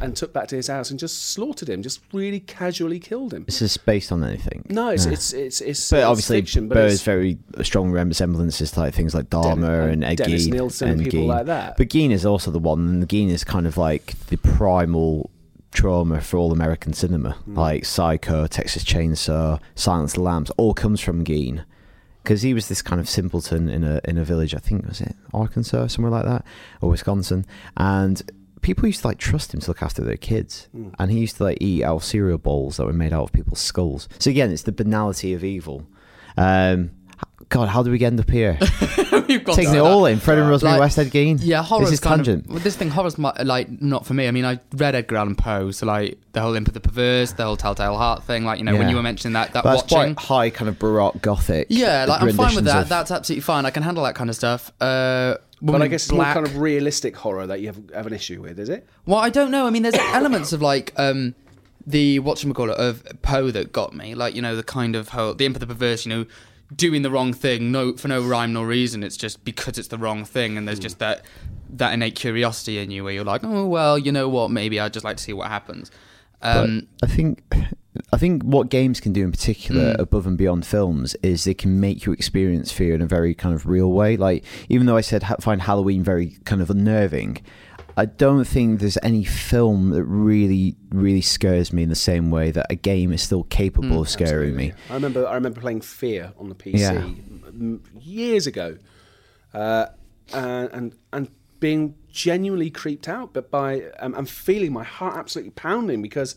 Speaker 1: and took back to his house and just slaughtered him just really casually killed him
Speaker 2: Is this based on anything?
Speaker 1: no it's it's it's, it's,
Speaker 2: But
Speaker 1: it's
Speaker 2: obviously,
Speaker 1: fiction, but
Speaker 2: Burr's
Speaker 1: it's-
Speaker 2: very strong resemblances to like things like
Speaker 1: Den-
Speaker 2: Dahmer
Speaker 1: and
Speaker 2: and, Ed
Speaker 1: Dennis
Speaker 2: Gein
Speaker 1: Nielsen and
Speaker 2: and
Speaker 1: people
Speaker 2: Gein.
Speaker 1: like that.
Speaker 2: But Gein is also the one, and Gein is kind of like the primal trauma for all American cinema, like Psycho, Texas Chainsaw, Silence of the Lambs, all comes from Gein. Because he was this kind of simpleton in a in a village, I think was it Arkansas, somewhere like that, or Wisconsin, and people used to like trust him to look after their kids, and he used to like eat out cereal bowls that were made out of people's skulls. So again, it's the banality of evil. Um, God, how do we get end up here?
Speaker 3: We've
Speaker 2: Taking
Speaker 3: gone to
Speaker 2: it
Speaker 3: that.
Speaker 2: all in. Fred and Rosemary
Speaker 3: Like,
Speaker 2: West Westhead Gein.
Speaker 3: Yeah, horror's
Speaker 2: This is
Speaker 3: kind
Speaker 2: tangent.
Speaker 3: Of, well, this thing horror's mi- like not for me. I mean, I read Edgar Allan Poe, so like the whole Imp of the Perverse, the whole Telltale Heart thing. Like you know, when
Speaker 2: Yeah.
Speaker 3: you were mentioning that that
Speaker 2: But that's
Speaker 3: watching.
Speaker 2: quite high, kind of baroque gothic.
Speaker 3: yeah, like I'm fine with
Speaker 2: renditions
Speaker 3: that.
Speaker 2: of-
Speaker 3: That's absolutely fine. I can handle that kind of stuff. Uh,
Speaker 1: But
Speaker 3: Woman
Speaker 1: I
Speaker 3: in
Speaker 1: guess it's more
Speaker 3: black.
Speaker 1: kind of realistic horror that you have, have an issue with, is it?
Speaker 3: Well, I don't know. I mean, there's elements of like um, the whatchamacallit of Poe that got me. Like, you know, the kind of whole, the imp of the perverse, you know, doing the wrong thing no for no rhyme nor reason. It's just because it's the wrong thing. And
Speaker 2: Hmm.
Speaker 3: there's just that, that innate curiosity in you where you're like, oh, well, you know what? Maybe I'd just like to see what happens. Um,
Speaker 2: I think I think what games can do in particular
Speaker 3: Mm.
Speaker 2: above and beyond films is they can make you experience fear in a very kind of real way. Like even though I said ha- find Halloween very kind of unnerving, I don't think there's any film that really really scares me in the same way that a game is still capable
Speaker 3: Mm,
Speaker 2: of scaring me.
Speaker 1: I remember I remember playing Fear on the PC
Speaker 2: Yeah.
Speaker 1: m- years ago, uh, and and- and being genuinely creeped out, but by um, and feeling my heart absolutely pounding because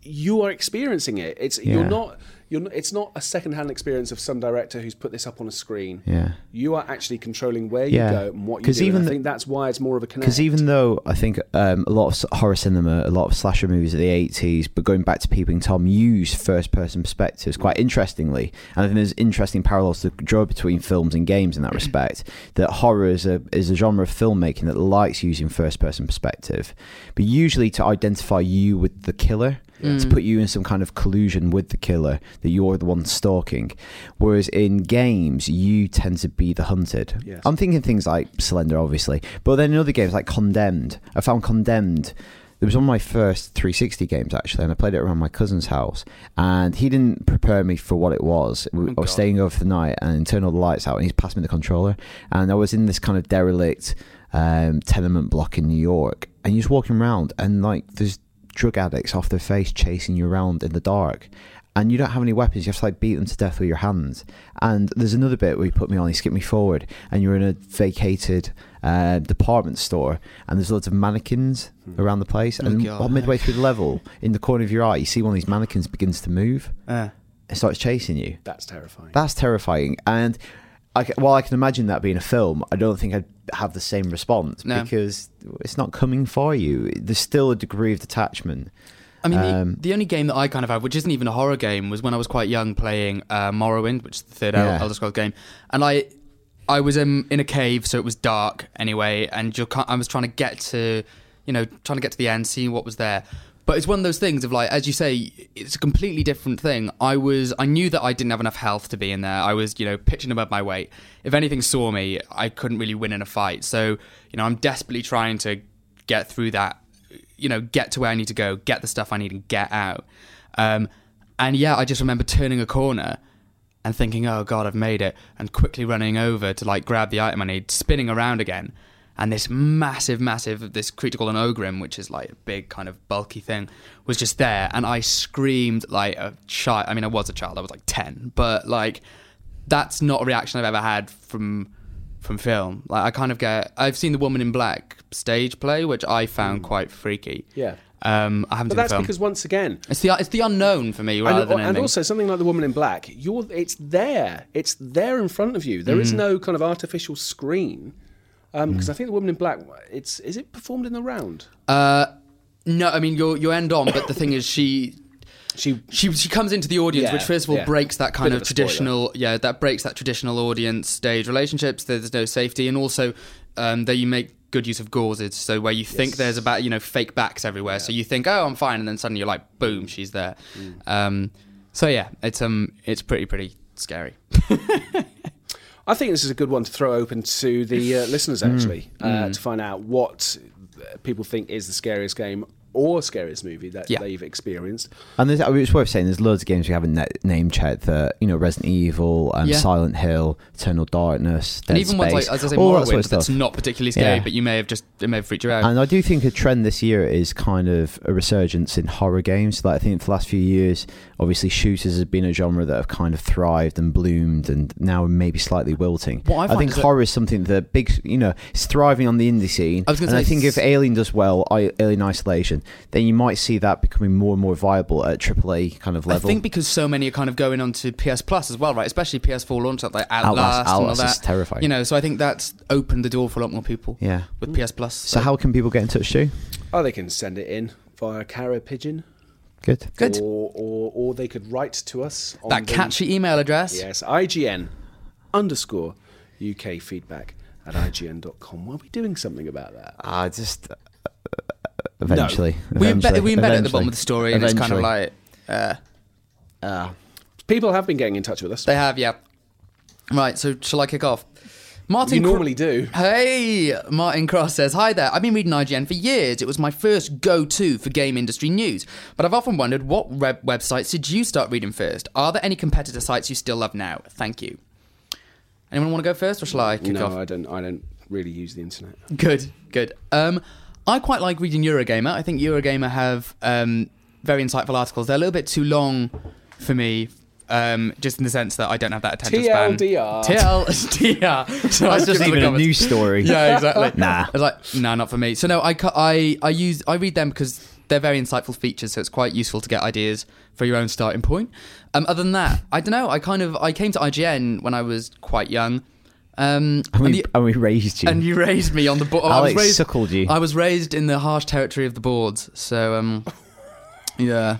Speaker 1: you are experiencing it. It's you're
Speaker 2: Yeah.
Speaker 1: not. You're not, it's not a secondhand experience of some director who's put this up on a screen.
Speaker 2: Yeah.
Speaker 1: You are actually controlling where
Speaker 2: Yeah.
Speaker 1: you go and what you
Speaker 2: 'Cause
Speaker 1: do. Even
Speaker 2: even
Speaker 1: and I
Speaker 2: the- e-
Speaker 1: think that's why it's more of a connect.
Speaker 2: Because even though I think um, a lot of s- horror cinema, a lot of slasher movies of the 80s, but going back to Peeping Tom, use first person perspectives quite interestingly. And I think there's interesting parallels to draw between films and games in that respect. that horror is a, is a genre of filmmaking that likes using first person perspective, but usually to identify you with the killer. To put you in some kind of collusion with the killer, that you're the one stalking. Whereas in games, you tend to be the hunted.
Speaker 1: Yes.
Speaker 2: I'm thinking things like Slender, obviously, but then in other games like Condemned, I found Condemned. It was one of my first 360 games actually, and I played it around my cousin's house. And he didn't prepare me for what it was. We- I
Speaker 3: God.
Speaker 2: was staying over for the night, and turned all the lights out, and he's passed me the controller. And I was in this kind of derelict um, tenement block in New York, and you're just walking around, and like there's drug addicts off their face chasing you around in the dark and you don't have any weapons. You have to like beat them to death with your hands. And there's another bit where you put me on, you skip me forward, and you're in a vacated uh, department store, and there's loads of mannequins around the place. And
Speaker 3: God.
Speaker 2: about midway through the level, in the corner of your eye, you see one of these mannequins begins to move
Speaker 3: uh,
Speaker 2: and starts chasing you.
Speaker 1: that's terrifying.
Speaker 2: That's terrifying. And I, ca- while I can imagine that being a film, I don't think I'd have the same response
Speaker 3: No.
Speaker 2: because it's not coming for you. There's still a degree of detachment.
Speaker 3: I mean,
Speaker 2: Um,
Speaker 3: the, the only game that I kind of had, which isn't even a horror game, was when I was quite young playing uh, Morrowind, which is the third El-
Speaker 2: Yeah.
Speaker 3: Elder Scrolls game, and I, I was in, in a cave, so it was dark anyway, and you're, ki- I was trying to get to, you know, trying to get to the end, seeing what was there. But it's one of those things of like, as you say, it's a completely different thing. I was, I knew that I didn't have enough health to be in there. I was, you know, pitching above my weight. If anything saw me, I couldn't really win in a fight. So, you know, I'm desperately trying to get through that you know, get to where I need to go, get the stuff I need, and get out. Um, and yeah, I just remember turning a corner and thinking, "Oh God, I've made it!" and quickly running over to like grab the item I need, spinning around again, and this massive, massive, this creature called an ogrim, which is like a big kind of bulky thing, was just there, and I screamed like a child. I mean, I was a child; I was like ten, but like that's not a reaction I've ever had from from film. Like I kind of get I've seen the Woman in Black stage play, which I found quite freaky.
Speaker 1: Mm. Yeah.
Speaker 3: Um, I
Speaker 1: but
Speaker 3: haven't seen the
Speaker 1: that's
Speaker 3: film.
Speaker 1: because once again,
Speaker 3: it's the it's the unknown for me rather
Speaker 1: and,
Speaker 3: than
Speaker 1: and
Speaker 3: anything.
Speaker 1: also something like the woman in black you're it's there it's there in front of you There
Speaker 3: Mm.
Speaker 1: is no kind of artificial screen because i think the woman in black it's is it performed in the round
Speaker 3: uh, no, I mean you you end on, but the thing is she.
Speaker 1: she
Speaker 3: She, she comes into the audience,
Speaker 1: Yeah,
Speaker 3: which first of all
Speaker 1: yeah.
Speaker 3: breaks that kind
Speaker 1: Bit of
Speaker 3: of,
Speaker 1: a spoiler.
Speaker 3: traditional, yeah, that breaks that traditional audience stage relationships. There's no safety, and also um, that you make good use of gauzes. So where you think there's about you know fake backs everywhere, so you think oh I'm fine, and then suddenly you're like
Speaker 2: Mm.
Speaker 3: boom, she's there. Um, so yeah, it's um it's pretty pretty scary.
Speaker 1: I think this is a good one to throw open to the
Speaker 3: Mm.
Speaker 1: uh, listeners, actually, Uh, to find out what uh, people think is the scariest game or scariest movie that
Speaker 3: Yeah.
Speaker 1: they've experienced.
Speaker 2: And there's, I mean, it's worth saying there's loads of games we haven't na- name checked that you know Resident Evil, um,
Speaker 3: Yeah.
Speaker 2: Silent Hill, Eternal Darkness, Dead
Speaker 3: and even
Speaker 2: Space,
Speaker 3: ones like as I say,
Speaker 2: all that sort
Speaker 3: Morrowind,
Speaker 2: of stuff.
Speaker 3: that's not particularly scary,
Speaker 2: Yeah.
Speaker 3: but you may have just it may have freaked you out.
Speaker 2: and I do think a trend this year is kind of a resurgence in horror games. Like I think for the last few years, obviously shooters has been a genre that have kind of thrived and bloomed, and now maybe slightly wilting.
Speaker 3: What I find
Speaker 2: think
Speaker 3: is that-
Speaker 2: horror is something that big, you know, it's thriving on the indie scene.
Speaker 3: I was gonna
Speaker 2: and I
Speaker 3: say
Speaker 2: think
Speaker 3: s-
Speaker 2: if Alien does well, I, Alien Isolation, season, then you might see that becoming more and more viable at AAA kind of
Speaker 3: I
Speaker 2: level.
Speaker 3: think because so many are kind of going on to PS Plus as well, right? Especially PS4 launch up like Outlast,
Speaker 2: Outlast-
Speaker 3: and all
Speaker 2: Outlast
Speaker 3: that.
Speaker 2: is terrifying.
Speaker 3: You know, so I think that's opened the door for a lot more people.
Speaker 2: yeah.
Speaker 3: With PS Plus.
Speaker 2: So how can people get in touch too?
Speaker 1: Oh, they can send it in via Carrier Pigeon.
Speaker 2: Good.
Speaker 3: Good.
Speaker 1: Or, or, or they could write to us on
Speaker 3: that
Speaker 1: the-
Speaker 3: catchy email address.
Speaker 1: Yes, IGN underscore UK feedback at IGN.com. Were we doing something about that?
Speaker 3: Ah,
Speaker 2: Uh, just eventually.
Speaker 3: uh, We embed, we embed it at the
Speaker 2: Eventually.
Speaker 3: bottom of the story, and it's kind of
Speaker 2: Eventually.
Speaker 3: like uh,
Speaker 1: People have been getting in touch with us.
Speaker 3: Ah. they have, yeah. Right, so shall I kick off? Martin,
Speaker 1: You
Speaker 3: Cro-
Speaker 1: normally do.
Speaker 3: Hey, Martin Cross says, Hi there. I've been reading IGN for years. It was my first go to for game industry news. But I've often wondered what web- websites did you start reading first? Are there any competitor sites you still love now? Thank you. Anyone want to go first or shall I kick
Speaker 1: no,
Speaker 3: off?
Speaker 1: I don't. I don't really use the internet.
Speaker 3: Good, good. Um, I quite like reading Eurogamer. I think Eurogamer have um, very insightful articles. They're a little bit too long for me, um, just in the sense that I don't have that attention
Speaker 1: TLDR.
Speaker 3: span. TLDR. So I
Speaker 2: That's just
Speaker 3: skip to the
Speaker 2: even a
Speaker 3: comments.
Speaker 2: news story.
Speaker 3: Yeah, exactly.
Speaker 2: Nah.
Speaker 3: I was like, nah, not for me. So no, I cu- I I use I read them because they're very insightful features. So it's quite useful to get ideas for your own starting point. Um, other than that, I don't know. I kind of I came to IGN when I was quite young. Um,
Speaker 2: And we,
Speaker 3: and the-
Speaker 2: and we raised you.
Speaker 3: and you raised me on the board. I was
Speaker 2: Alex
Speaker 3: raised,
Speaker 2: suckled you.
Speaker 3: I was raised in the harsh territory of the boards, so um, yeah,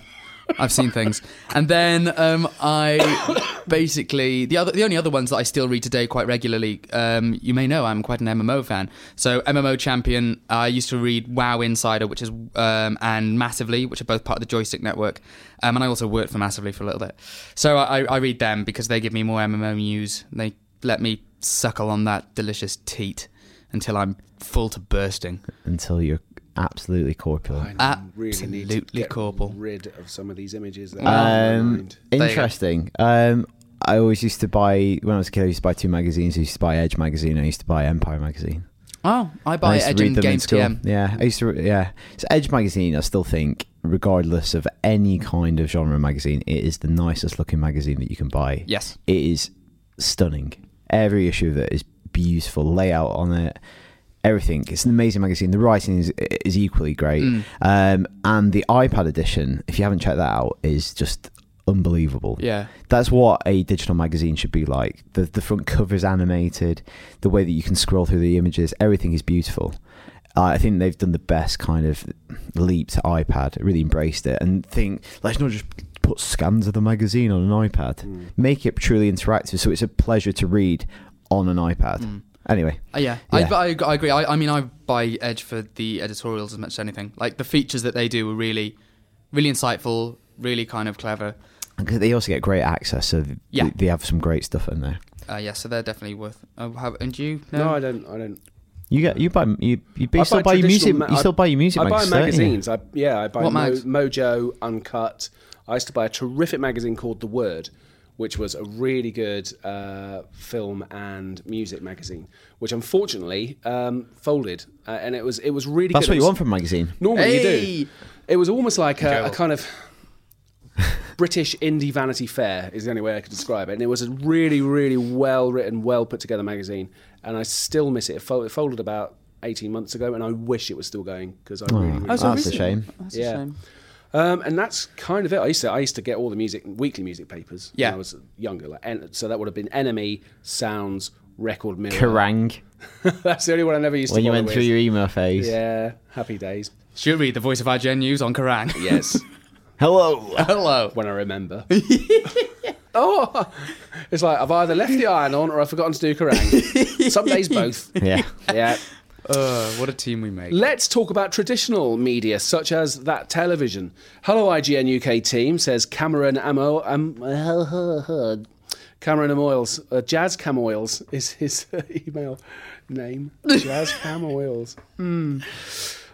Speaker 3: I've seen things. And then um, I basically the other the only other ones that I still read today quite regularly. Um, you may know I'm quite an MMO fan, so MMO Champion. I used to read WoW Insider, which is um, and Massively, which are both part of the Joystick Network, um, and I also worked for Massively for a little bit. So I, I read them because they give me more MMO news. They let me suckle on that delicious teat until I'm full to bursting.
Speaker 2: until you're absolutely corpulent.
Speaker 1: really need to
Speaker 3: Oh. absolutely
Speaker 1: get
Speaker 3: corporal.
Speaker 1: Rid of some of these images. That are in my
Speaker 2: Um,
Speaker 1: mind.
Speaker 3: you go.
Speaker 2: interesting. Um, I always used to buy when I was a kid. I used to buy two magazines. I used to buy Edge magazine. I used to buy Empire magazine.
Speaker 3: Oh, I
Speaker 2: I
Speaker 3: buy
Speaker 2: used to
Speaker 3: Edge
Speaker 2: read
Speaker 3: and
Speaker 2: them in
Speaker 3: Games
Speaker 2: school.
Speaker 3: TM.
Speaker 2: Yeah, I used to. re- Yeah, so Edge magazine. I still think, regardless of any kind of genre magazine, it is the nicest looking magazine that you can buy.
Speaker 3: Yes.
Speaker 2: it is stunning. Every issue of it is beautiful. Layout on it, everything. It's an amazing magazine. The writing is is equally great.
Speaker 3: Mm.
Speaker 2: Um, and the iPad edition, if you haven't checked that out, is just unbelievable.
Speaker 3: Yeah.
Speaker 2: That's what a digital magazine should be like. The the front cover is animated, the way that you can scroll through the images, everything is beautiful. Uh, I think they've done the best kind of leap to iPad, really embraced it, and think let's not just put scans of the magazine on an iPad.
Speaker 1: Mm.
Speaker 2: Make it truly interactive, so it's a pleasure to read on an iPad.
Speaker 1: Mm.
Speaker 2: Anyway,
Speaker 3: Uh, yeah,
Speaker 2: Yeah.
Speaker 3: I, I, I agree. I, I mean, I buy Edge for the editorials as much as anything. Like the features that they do are really, really insightful, really kind of clever.
Speaker 2: 'Cause they also get great access, so th-
Speaker 3: Yeah.
Speaker 2: they have some great stuff in there.
Speaker 3: Uh, yeah, so they're definitely worth. Uh, how, and you?
Speaker 1: no. I don't. I don't.
Speaker 2: You get you buy you, you,
Speaker 1: Mm. I
Speaker 2: still buy, your
Speaker 1: traditional
Speaker 2: music
Speaker 1: ma-
Speaker 2: you still buy your music.
Speaker 1: I
Speaker 2: magazines,
Speaker 1: buy
Speaker 2: don't you?
Speaker 1: magazines. I, yeah, I buy
Speaker 3: What
Speaker 1: Mo-
Speaker 3: mags?
Speaker 1: Mojo Uncut. I used to buy a terrific magazine called The Word, which was a really good uh, film and music magazine, which unfortunately um, folded, uh, and it was it was really.
Speaker 2: That's
Speaker 1: good.
Speaker 2: what
Speaker 1: It
Speaker 2: you
Speaker 1: was-
Speaker 2: want from a magazine.
Speaker 1: Normally you
Speaker 3: Hey!
Speaker 1: do. It was almost like
Speaker 3: Okay,
Speaker 1: a, a
Speaker 3: well.
Speaker 1: kind of British indie Vanity Fair is the only way I could describe it. And it was a really, really well written, well put together magazine. And I still miss it. It, fol- it folded about 18 months ago, and I wish it was still going because I
Speaker 2: Oh.
Speaker 1: really, really
Speaker 2: that's
Speaker 1: miss
Speaker 2: a
Speaker 1: it.
Speaker 2: shame.
Speaker 3: That's
Speaker 1: Yeah.
Speaker 3: a shame.
Speaker 1: Um, and that's kind of it. I used to I used to get all the music weekly music papers
Speaker 3: Yeah.
Speaker 1: when I was younger. Like, en- so that would have been Enemy, Sounds, Record Mirror.
Speaker 2: Kerrang!
Speaker 1: that's the only one I never used
Speaker 2: When
Speaker 1: to.
Speaker 2: you
Speaker 1: bother
Speaker 2: went through
Speaker 1: with.
Speaker 2: your email phase.
Speaker 1: yeah, happy days.
Speaker 3: Should read the voice of IGN News on Kerrang.
Speaker 1: Yes.
Speaker 2: Hello.
Speaker 3: Hello.
Speaker 1: when I remember. oh, it's like I've either left the iron on or I've forgotten to do Kerrang. Some days both.
Speaker 2: yeah.
Speaker 1: Yeah.
Speaker 3: Uh, what a team we make.
Speaker 1: Let's talk about traditional media such as that television. Hello, IGN UK team, says Cameron Amo. Um, Cameron Amoyles. Uh, Jazz Camoyles is his email name. Jazz Camoyles.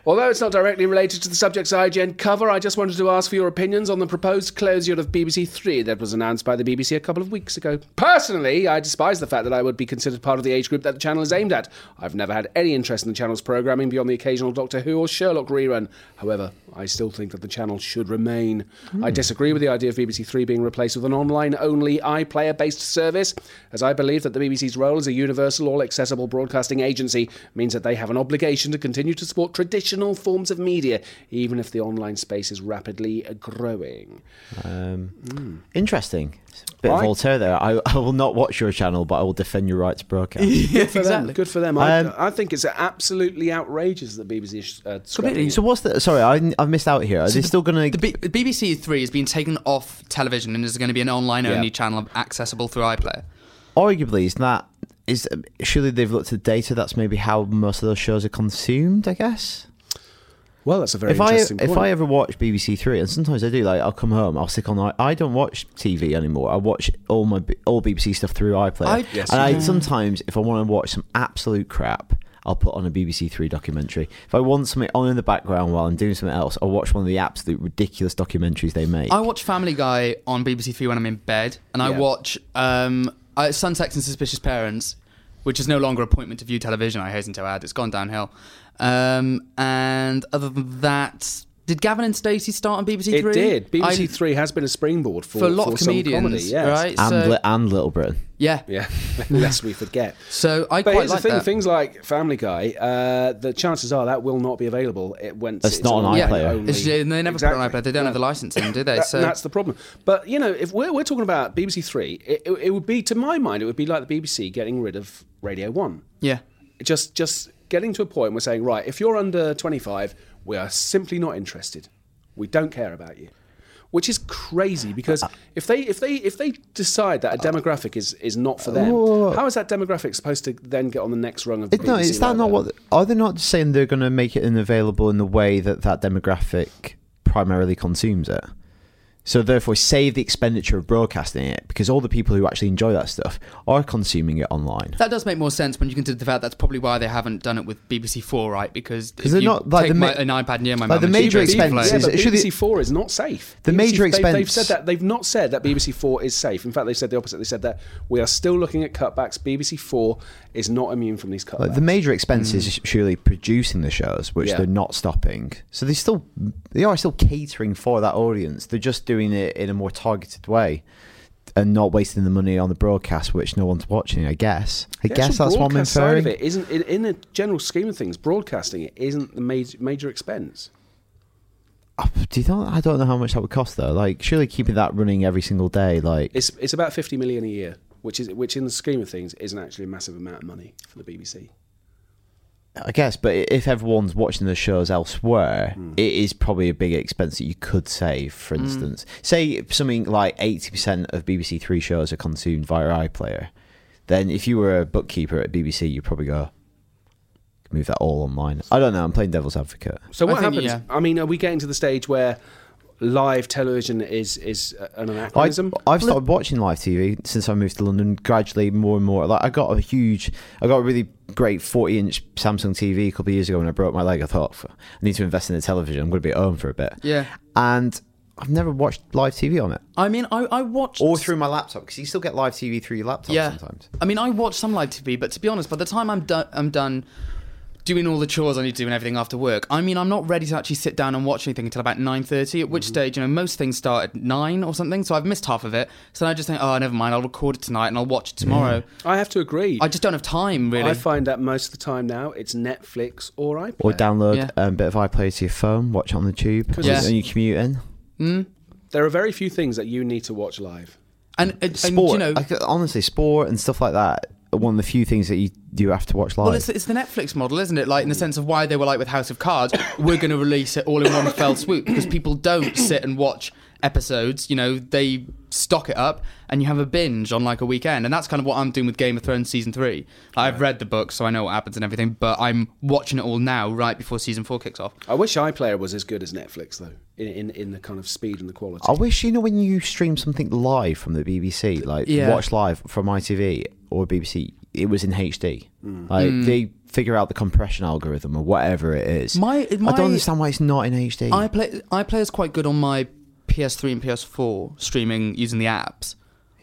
Speaker 1: Although it's not directly related to the subject's IGN cover, I just wanted to ask for your opinions on the proposed closure of BBC Three that was announced by the BBC a couple of weeks ago. Personally, I despise the fact that I would be considered part of the age group that the channel is aimed at. I've never had any interest in the channel's programming beyond the occasional Doctor Who or Sherlock rerun. However, I still think that the channel should remain. I disagree with the idea of BBC Three being replaced with an online only iPlayer based service, as I believe that the BBC's role as a universal, all accessible broadcasting agency means that they have an obligation to continue to support traditional traditional forms of media, even if the online space is rapidly growing.
Speaker 2: Um, Interesting. It's a bit
Speaker 1: Right.
Speaker 2: of Voltaire there. I, I will not watch your channel, but I will defend your right to broadcast.
Speaker 1: Good for them. Good for them. I,
Speaker 2: Um,
Speaker 1: I think it's absolutely outrageous that BBC is uh,
Speaker 3: Completely.
Speaker 2: so what's the? Sorry, I, I've missed out here. Are they still going to?
Speaker 3: The, B- the BBC Three has been taken off television and is going to be an online-only
Speaker 1: Yeah.
Speaker 3: channel accessible through iPlayer.
Speaker 2: Arguably, is that is surely they've looked at the data. That's maybe how most of those shows are consumed. I guess.
Speaker 1: Well, that's a very
Speaker 2: if I e-,
Speaker 1: interesting
Speaker 2: if
Speaker 1: point.
Speaker 2: I ever watch BBC Three, and sometimes I do, like I'll come home, I'll stick on. I, I don't watch TV anymore. I watch all my B- all BBC stuff through iPlayer.
Speaker 3: I- Yes,
Speaker 2: and I
Speaker 3: yeah.
Speaker 2: sometimes, if I want to watch some absolute crap, I'll put on a BBC Three documentary. If I want something on in the background while I'm doing something else, I'll watch one of the absolute ridiculous documentaries they make.
Speaker 3: I watch Family Guy on BBC Three when I'm in bed, and I
Speaker 1: Yeah.
Speaker 3: watch um, uh, Sunsex and Suspicious Parents, which is no longer appointment to view television. I hasten to add, it's gone downhill. Um, and other than that, did Gavin and Stacey start on BBC Three?
Speaker 1: it did. BBC
Speaker 3: I-
Speaker 1: Three has been a springboard for,
Speaker 3: for a lot of
Speaker 1: some
Speaker 3: comedians,
Speaker 1: comedy, yes.
Speaker 3: right?
Speaker 2: and,
Speaker 3: so,
Speaker 2: Li- and Little Britain.
Speaker 3: yeah,
Speaker 1: Yeah, lest we forget.
Speaker 3: So I
Speaker 1: But
Speaker 3: quite
Speaker 1: here's
Speaker 3: like
Speaker 1: the thing:
Speaker 3: that.
Speaker 1: things like Family Guy, uh, the chances are that will not be available. It went.
Speaker 2: It's not on
Speaker 3: yeah,
Speaker 2: iPlayer.
Speaker 3: It's- they never put it on iPlayer. They don't have the licensing, do they?
Speaker 1: That-
Speaker 3: so
Speaker 1: that's the problem. But you know, if we're, we're talking about BBC Three, it, it, it would be, to my mind, it would be like the BBC getting rid of Radio One.
Speaker 3: yeah,
Speaker 1: Just just getting to a point where saying, right, if you're under 25, we are simply not interested. We don't care about you. Which is crazy because
Speaker 2: Uh-uh.
Speaker 1: if they if they if they decide that a demographic is, is not for them,
Speaker 2: Whoa, whoa, whoa.
Speaker 1: how is that demographic supposed to then get on the next rung of the
Speaker 2: It, no,
Speaker 1: BBC
Speaker 2: is that not
Speaker 1: ladder?
Speaker 2: what? Are they not saying they're going to make it unavailable in the way that that demographic primarily consumes it? So therefore, save the expenditure of broadcasting it because all the people who actually enjoy that stuff are consuming it online.
Speaker 3: That does make more sense when you consider the fact that's probably why they haven't done it with BBC Four, right? Because if
Speaker 2: they're
Speaker 3: you
Speaker 2: not, like,
Speaker 3: take
Speaker 2: the ma-
Speaker 3: my, an iPad near my
Speaker 2: like,
Speaker 3: mum
Speaker 2: the
Speaker 3: and
Speaker 2: major
Speaker 3: she breaks
Speaker 2: expenses-
Speaker 3: it.
Speaker 1: Yeah,
Speaker 2: It
Speaker 1: but
Speaker 2: should be-
Speaker 1: BBC Four is not safe.
Speaker 2: The
Speaker 1: BBC
Speaker 2: major
Speaker 1: they- They've
Speaker 2: expense-
Speaker 1: said that. They've not said that BBC Four is safe. In fact, they've said the opposite. They said that we are still looking at cutbacks. BBC Four is not immune from these cutbacks.
Speaker 2: Like the major expense is surely producing the shows,
Speaker 1: Mm.
Speaker 2: which
Speaker 1: Yeah.
Speaker 2: they're not stopping. So they still they are still catering for that audience. They're just doing it in a more targeted way and not wasting the money on the broadcast, which no one's watching. I guess. I
Speaker 1: The
Speaker 2: guess
Speaker 1: actual
Speaker 2: that's what I'm
Speaker 1: broadcast side
Speaker 2: inferring.
Speaker 1: of it isn't in, in the general scheme of things. Broadcasting it isn't the major major expense.
Speaker 2: Oh, Do you think, I don't know how much that would cost though. Like, surely keeping that running every single day, like,
Speaker 1: It's it's about fifty million a year, which is which in the scheme of things isn't actually a massive amount of money for the BBC.
Speaker 2: I guess. But i- if everyone's watching the shows elsewhere, it is probably a big expense that you could save. For instance, say something like eighty percent of BBC Three shows are consumed via iPlayer. Then, if you were a bookkeeper at BBC, you'd probably go move that all online. I don't know. I'm playing devil's advocate.
Speaker 1: So
Speaker 3: I
Speaker 1: what
Speaker 3: think,
Speaker 1: happens?
Speaker 3: yeah.
Speaker 1: I mean, are we getting to the stage where live television is is uh, an
Speaker 2: I,
Speaker 1: anachronism?
Speaker 2: I've started watching live TV since I moved to London. Gradually, more and more. Like I got a huge, I got a really great forty-inch Samsung TV a couple of years ago when I broke my leg. I thought "F- I need to invest in a television. I'm going to be at home for a bit.
Speaker 3: Yeah.
Speaker 2: and I've never watched live TV on it
Speaker 3: I mean, I, I watched
Speaker 2: or through my laptop because you still get live TV through your laptop
Speaker 3: yeah.
Speaker 2: sometimes.
Speaker 3: I mean, I watch some live TV, but to be honest, by the time I'm done, I'm done doing all the chores I need to do and everything after work. I mean, I'm not ready to actually sit down and watch anything until about nine thirty. At which stage, you know, most things start at nine or something, so I've missed half of it. So I just think, oh, never mind. I'll record it tonight and I'll watch it tomorrow.
Speaker 1: I have to agree.
Speaker 3: I just don't have time, really.
Speaker 1: I find that most of the time now it's Netflix or iPlayer.
Speaker 2: Or download
Speaker 3: Yeah.
Speaker 2: um, a bit of iPlayer to your phone, watch it on the tube,
Speaker 3: Yeah.
Speaker 2: and you commute in.
Speaker 1: there are very few things that you need to watch live.
Speaker 3: and, and, and,
Speaker 2: Sport,
Speaker 3: you know,
Speaker 2: like, honestly, sport and stuff like that. are One of the few things that you do have to watch live.
Speaker 3: Well, it's, it's the Netflix model, isn't it? Like in the sense of why they were like with House of Cards, we're going to release it all in one fell swoop because people don't sit and watch episodes. You know, they stock it up and you have a binge on like a weekend, and that's kind of what I'm doing with Game of Thrones season three. I've read the book, so I know what happens and everything, but I'm watching it all now, right before season four kicks off.
Speaker 1: I wish iPlayer was as good as Netflix though, in, in, in the kind of speed and the quality.
Speaker 2: I wish you know when you stream something live from the BBC, like
Speaker 3: Yeah.
Speaker 2: watch live from ITV or BBC, it was in HD. Like
Speaker 3: Mm.
Speaker 2: they figure out the compression algorithm or whatever it is.
Speaker 3: My-
Speaker 2: I
Speaker 3: my-
Speaker 2: don't understand why it's not in HD.
Speaker 3: I play iPlayer's quite good on my PS3 and PS4 streaming using the apps.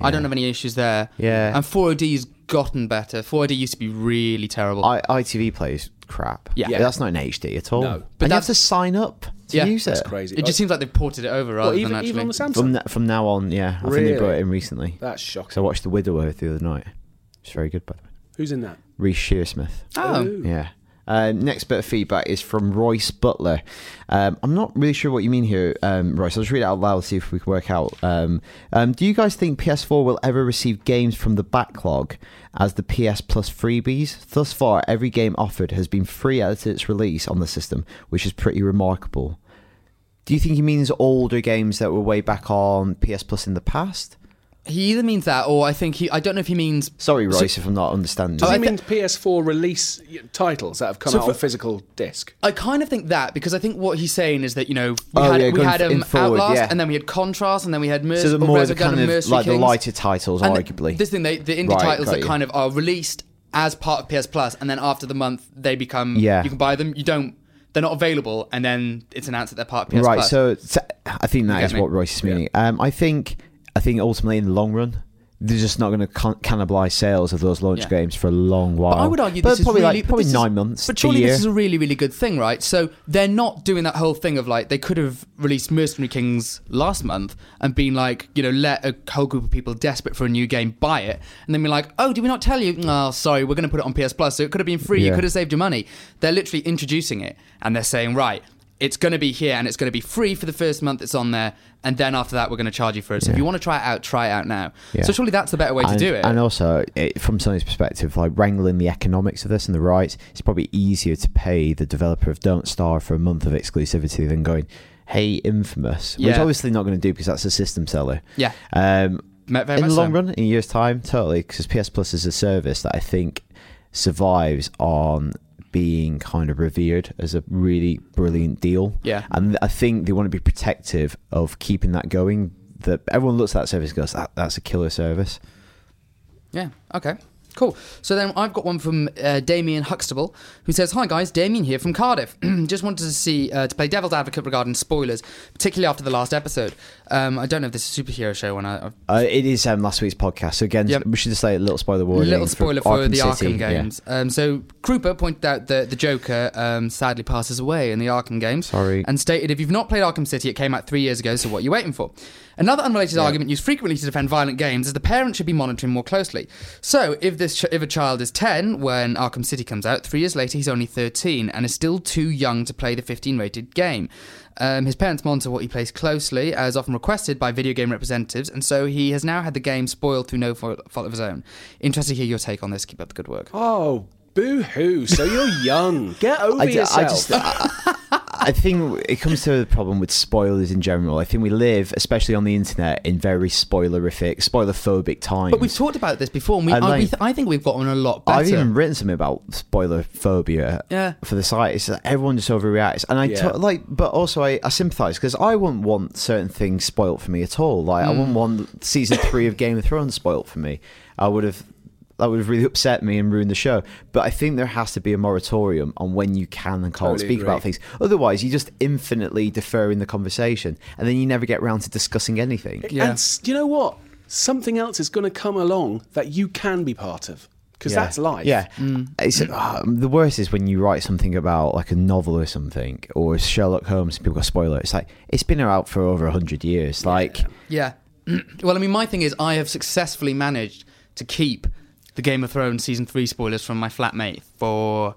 Speaker 3: I don't have any issues there.
Speaker 2: Yeah.
Speaker 3: And 4OD's gotten better. 4OD used to be really terrible.
Speaker 2: I, ITV plays crap.
Speaker 3: Yeah.
Speaker 1: Yeah.
Speaker 2: that's not in HD at all.
Speaker 1: No.
Speaker 2: but
Speaker 3: But
Speaker 2: you have
Speaker 3: that's-
Speaker 2: to sign up to
Speaker 3: Yeah.
Speaker 2: use it.
Speaker 1: That's crazy.
Speaker 3: It just seems like they've ported it over rather
Speaker 1: well, even,
Speaker 3: than actually.
Speaker 1: even on the Samsung.
Speaker 2: From na- from now on, yeah, I think they brought
Speaker 1: Really?
Speaker 2: it in recently.
Speaker 1: That's
Speaker 2: So
Speaker 1: shocking.
Speaker 2: I watched The Widower the other night. It's very good, by the way.
Speaker 1: Who's in that?
Speaker 2: Reese Shearsmith.
Speaker 3: oh,
Speaker 1: Ooh.
Speaker 2: Yeah. Uh, next bit of feedback is from Royce Butler. Um, I'm not really sure what you mean here, um, Royce. I'll just read it out loud, see if we can work out. Um, um, do you guys think PS4 will ever receive games from the backlog as the PS Plus freebies? Thus far, every game offered has been free at its release on the system, which is pretty remarkable. Do you think he means older games that were way back on PS Plus in the past?
Speaker 3: He either means that, or I think he. I don't know if he means.
Speaker 2: Sorry, Royce, if I'm not understanding.
Speaker 1: Does
Speaker 3: Oh, I
Speaker 1: he
Speaker 3: thi-
Speaker 1: mean PS4 release y- titles that have come
Speaker 3: So
Speaker 1: out
Speaker 3: for-
Speaker 1: on physical disc?
Speaker 3: I kind of think that because I think what he's saying is that you know we
Speaker 2: Oh,
Speaker 3: had
Speaker 2: yeah,
Speaker 3: we
Speaker 2: going
Speaker 3: had
Speaker 2: f- in
Speaker 3: um,
Speaker 2: forward,
Speaker 3: Outlast,
Speaker 2: yeah.
Speaker 3: and then we had Contrast, and then we had Mercy.
Speaker 2: so the
Speaker 3: or
Speaker 2: more the
Speaker 3: Resogun
Speaker 2: kind
Speaker 3: and
Speaker 2: of
Speaker 3: Mercy
Speaker 2: like the
Speaker 3: Kings.
Speaker 2: lighter titles,
Speaker 3: And th-
Speaker 2: arguably.
Speaker 3: this thing they the indie
Speaker 2: Right,
Speaker 3: titles
Speaker 2: got
Speaker 3: that
Speaker 2: you.
Speaker 3: kind of are released as part of PS Plus, and then after the month they become
Speaker 2: Yeah.
Speaker 3: you can buy them. You don't. They're not available, and then it's announced that they're part of PS
Speaker 2: right,
Speaker 3: Plus.
Speaker 2: so so I think that
Speaker 3: get
Speaker 2: is
Speaker 3: me?
Speaker 2: what Royce is meaning. Um, I think I think ultimately in the long run, they're just not going to can- cannibalize sales of those launch
Speaker 3: Yeah.
Speaker 2: games for a long while.
Speaker 3: But I would argue
Speaker 2: Oh. But
Speaker 3: this
Speaker 2: probably
Speaker 3: is really,
Speaker 2: like
Speaker 3: but
Speaker 2: probably
Speaker 3: this is-
Speaker 2: nine months.
Speaker 3: But surely
Speaker 2: a year.
Speaker 3: this is a really, really good thing, right? So they're not doing that whole thing of like they could have released Mercenary Kings last month and been like, you know, let a whole group of people desperate for a new game buy it, and then be like, oh, did we not tell you? No, sorry, we're going to put it on PS Plus, so it could have been free.
Speaker 2: Yeah.
Speaker 3: You could have saved your money. They're literally introducing it, and they're saying, right. It's going to be here and it's going to be free for the first month it's on there. And then after that, we're going to charge you for it. So if you want to try it out, try it out now.
Speaker 2: Yeah.
Speaker 3: So surely that's the better way
Speaker 2: and,
Speaker 3: to do it.
Speaker 2: and also, it, from Sony's perspective, like wrangling the economics of this and the rights, it's probably easier to pay the developer of Don't Starve for a month of exclusivity than going, "Hey, Infamous," which
Speaker 3: Yeah.
Speaker 2: obviously not going to do because that's a system seller.
Speaker 3: yeah.
Speaker 2: Um,
Speaker 3: Very
Speaker 2: in
Speaker 3: much
Speaker 2: the long
Speaker 3: so.
Speaker 2: run, in a year's time, totally, because PS Plus is a service that I think survives on being kind of revered as a really brilliant deal.
Speaker 3: Yeah.
Speaker 2: And I think they want to be protective of keeping that going. That everyone looks at that service and goes, that, that's a killer service.
Speaker 3: Yeah. Okay. Cool. So then I've got one from uh, Damien Huxtable who says, "Hi guys, Damien here from Cardiff. Just wanted to see uh, to play devil's advocate regarding spoilers, particularly after the last episode. Um, I don't know if this is a superhero show when I, I
Speaker 2: Uh, it is um, last week's podcast. So again,
Speaker 3: Yep.
Speaker 2: we should just say a little spoiler warning.
Speaker 3: little spoiler for, the
Speaker 2: City.
Speaker 3: Arkham
Speaker 2: Yeah.
Speaker 3: games. Um, so Krupa pointed out that the Joker um, sadly passes away in the Arkham games.
Speaker 2: Sorry.
Speaker 3: And stated, if you've not played Arkham City, it came out three years ago, so what are you waiting for? Another unrelated argument used frequently to defend violent games is the parents should be monitoring more closely. So if this ch- if a child is 10 when Arkham City comes out, three years later he's only 13 and is still too young to play the 15 rated game. Um, his parents monitor what he plays closely, as often requested by video game representatives, and so he has now had the game spoiled through no fault fault of his own. Interested to hear your take on this. Keep up the good work.
Speaker 1: Oh, boo hoo. So you're young. Get over
Speaker 2: I, ju-
Speaker 1: yourself.
Speaker 2: I just, I, I think it comes to the problem with spoilers in general. I think we live, especially on the internet, in very spoilerific, spoilerphobic times.
Speaker 3: But we've talked about this before, and we,
Speaker 2: I
Speaker 3: I, we
Speaker 2: like-
Speaker 3: th- I think we've gotten a lot better.
Speaker 2: I've even written something about spoiler phobia
Speaker 3: Yeah.
Speaker 2: for the site. It's that everyone just overreacts, and I
Speaker 1: Yeah.
Speaker 2: to- like, but also I, I sympathise because I wouldn't want certain things spoilt for me at all. Like I
Speaker 1: Hmm.
Speaker 2: wouldn't want season three of Game of Thrones spoilt for me. I would have that would have really upset me and ruined the show. But I think there has to be a moratorium on when you can and can't
Speaker 1: Totally
Speaker 2: speak about
Speaker 1: agree.
Speaker 2: things. Otherwise, you just infinitely deferring the conversation, and then you never get round to discussing anything.
Speaker 3: Yeah.
Speaker 1: And s- you know what? Something else is going to come along that you can be part of because that's life.
Speaker 2: Yeah,
Speaker 3: Mm.
Speaker 2: it's uh, the worst is when you write something about like a novel or something, or Sherlock Holmes. People got spoiler. It's like it's been out for over hundred years. Like,
Speaker 3: Yeah. well, I mean, my thing is, I have successfully managed to keep the Game of Thrones season three spoilers from my flatmate for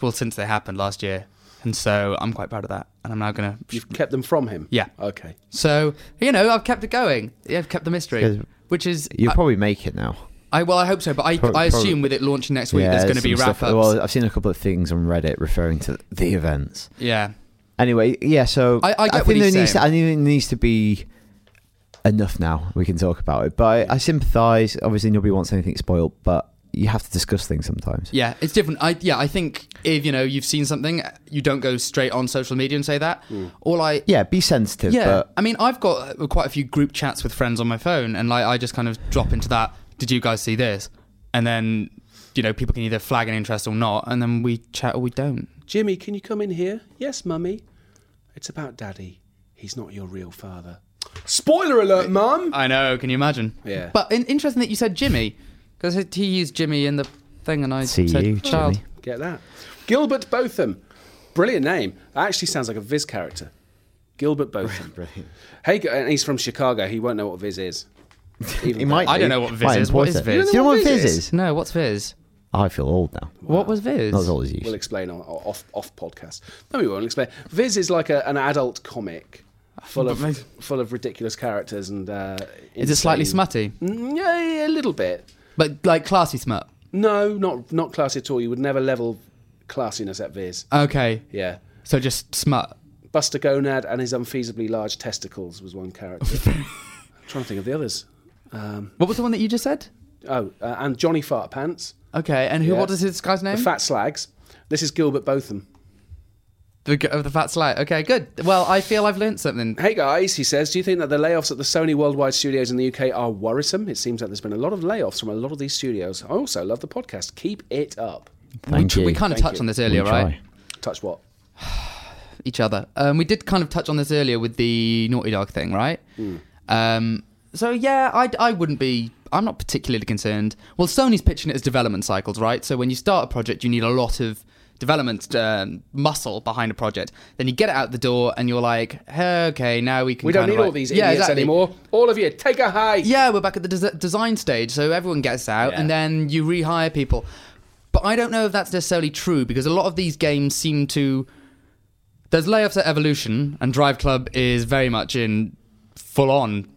Speaker 3: well since they happened last year, and so I'm quite proud of that. And I'm now gonna.
Speaker 1: You've kept them from him.
Speaker 3: Yeah.
Speaker 1: Okay.
Speaker 3: So you know, I've kept it going. Yeah, I've kept the mystery,
Speaker 2: Because
Speaker 3: which is
Speaker 2: you'll
Speaker 3: I,
Speaker 2: probably make it now.
Speaker 3: I well, I hope so. But I,
Speaker 2: Prob-
Speaker 3: I
Speaker 2: probably.
Speaker 3: assume with it launching next week, there's going to be
Speaker 2: some
Speaker 3: wrap ups.
Speaker 2: stuff- Well, I've seen a couple of things on Reddit referring to the events.
Speaker 3: yeah.
Speaker 2: Anyway, yeah. So
Speaker 3: I- I get what
Speaker 2: think there
Speaker 3: he's
Speaker 2: needs. To,
Speaker 3: saying.
Speaker 2: I think there needs to be enough now. We can talk about it. But I, I sympathise. Obviously, nobody wants anything spoiled, but you have to discuss things sometimes.
Speaker 3: Yeah, it's different. I yeah, I think if you know you've seen something, you don't go straight on social media and say that.
Speaker 2: Mm.
Speaker 3: All I
Speaker 2: Yeah, be sensitive.
Speaker 3: yeah,
Speaker 2: but
Speaker 3: I mean, I've got uh, quite a few group chats with friends on my phone, and like I just kind of drop into that. Did you guys see this? And then you know people can either flag an interest or not, and then we chat or we don't.
Speaker 1: Jimmy, can you come in here? Yes, mummy. It's about daddy. He's not your real father. Spoiler alert, mum.
Speaker 3: I know. Can you imagine?
Speaker 1: Yeah.
Speaker 3: But in- interesting that you said Jimmy because he used Jimmy in the thing, and I
Speaker 2: See
Speaker 3: said
Speaker 2: you,
Speaker 3: child.
Speaker 2: Jimmy.
Speaker 1: Get that. Gilbert Botham. Brilliant name. That actually sounds like a Viz character. Gilbert Botham. Brilliant. Hey, g- and he's from Chicago. He won't know what Viz is. Even
Speaker 2: He
Speaker 1: though-
Speaker 2: might.
Speaker 3: I don't
Speaker 2: do.
Speaker 3: know what Viz
Speaker 2: Might
Speaker 3: is. What
Speaker 2: import
Speaker 3: is
Speaker 2: it.
Speaker 3: Viz?
Speaker 2: Do you know what Viz is?
Speaker 3: No, what's Viz?
Speaker 2: I feel old now.
Speaker 3: What was Viz?
Speaker 2: Not as old as you.
Speaker 1: We'll explain on off off podcast. No, we won't explain. Viz is like a, an adult comic full of
Speaker 3: But maybe-
Speaker 1: full of ridiculous characters and. Uh,
Speaker 3: Is it slightly
Speaker 1: insane-
Speaker 3: smutty?
Speaker 1: Mm, yeah, yeah, a little bit.
Speaker 3: But like classy smut.
Speaker 1: No, not not classy at all. You would never level classiness at Viz.
Speaker 3: Okay.
Speaker 1: Yeah.
Speaker 3: So just smut.
Speaker 1: Buster Gonad and his unfeasibly large testicles was one character. I'm trying to think of the others. Um,
Speaker 3: What was the one that you just said?
Speaker 1: oh, uh, and Johnny Fart Pants,
Speaker 3: Okay, and who?
Speaker 1: Yeah.
Speaker 3: What is this guy's name?
Speaker 1: the Fat Slags. This is Gilbert Botham.
Speaker 3: The, g- of the fat slight. Okay, good. Well, I feel I've learned something.
Speaker 1: Hey guys, he says, do you think that the layoffs at the Sony worldwide studios in the UK are worrisome? It seems that there's been a lot of layoffs from a lot of these studios. I also love the podcast. Keep it up.
Speaker 3: We,
Speaker 2: Thank
Speaker 3: tr-
Speaker 2: you.
Speaker 3: we kind of
Speaker 1: Thank
Speaker 3: touched
Speaker 1: you.
Speaker 3: on this
Speaker 2: We
Speaker 3: earlier,
Speaker 2: try.
Speaker 3: right?
Speaker 1: Touch what?
Speaker 3: Each other. Um, we did kind of touch on this earlier with the Naughty Dog thing, right?
Speaker 1: Hmm.
Speaker 3: Um, so yeah, I, I wouldn't be. I'm not particularly concerned. Well, Sony's pitching it as development cycles, right? So when you start a project, you need a lot of development um, muscle behind a project. Then you get it out the door, and you're like, okay, now we can.
Speaker 1: We don't
Speaker 3: kinda
Speaker 1: need
Speaker 3: like-
Speaker 1: all these
Speaker 3: Yeah,
Speaker 1: idiots
Speaker 3: exactly.
Speaker 1: anymore. All of you, take a hike.
Speaker 3: yeah, we're back at the des- design stage, so everyone gets out,
Speaker 1: Yeah.
Speaker 3: and then you rehire people. But I don't know if that's necessarily true because a lot of these games seem to. There's layoffs at Evolution, and Drive Club is very much in full on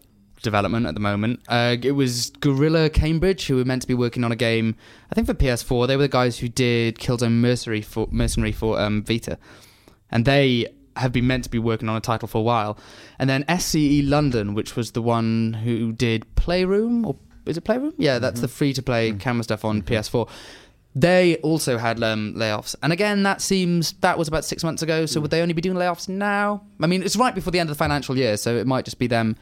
Speaker 3: development at the moment. Uh, it was Gorilla Cambridge who were meant to be working on a game, I think for PS4. They were the guys who did Killzone Mercenary for, Mercenary for um, Vita. And they have been meant to be working on a title for a while. And then SCE London, which was the one who did Playroom, or is it Playroom? Yeah, that's the free to play camera stuff on PS4. They also had um, layoffs, and again, that seems that was about six months ago. So would they only be doing layoffs now? I mean, it's right before the end of the financial year, so it might just be them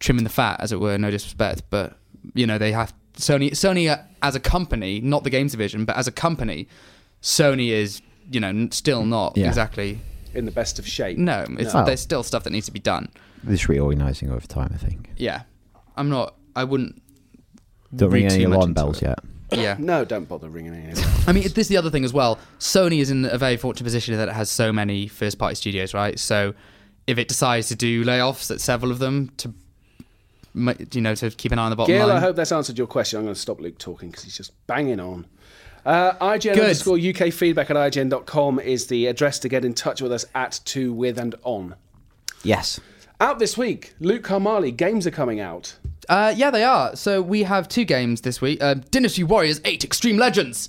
Speaker 3: trimming the fat, as it were. No disrespect, but you know they have Sony. Sony uh, as a company, not the games division, but as a company, Sony is you know n- still not
Speaker 2: Yeah.
Speaker 3: exactly.
Speaker 1: In the best of shape.
Speaker 3: No, it's,
Speaker 2: No.
Speaker 3: there's still stuff that needs to be done.
Speaker 2: This reorganising over time, I think.
Speaker 3: Yeah, I'm not. I wouldn't.
Speaker 2: Don't
Speaker 3: read
Speaker 2: ring any
Speaker 3: too much
Speaker 2: alarm
Speaker 3: into
Speaker 2: bells
Speaker 3: it.
Speaker 2: yet.
Speaker 3: Yeah.
Speaker 1: No, don't bother ringing any.
Speaker 3: I mean, this is the other thing as well. Sony is in a very fortunate position that it has so many first party studios, right? So if it decides to do layoffs at several of them to, ma- you know, to keep an eye on the bottom
Speaker 1: Gil,
Speaker 3: line.
Speaker 1: I hope that's answered your question. I'm going to stop Luke talking because he's just banging on. Uh, IGN
Speaker 3: Good.
Speaker 1: underscore UK feedback at IGN.com is the address to get in touch with us at, to, with, and on.
Speaker 2: Yes.
Speaker 1: Out this week, Luke Carmali, games are coming out.
Speaker 3: uh, yeah, they are. So we have two games this week uh, Dynasty Warriors 8 Extreme Legends,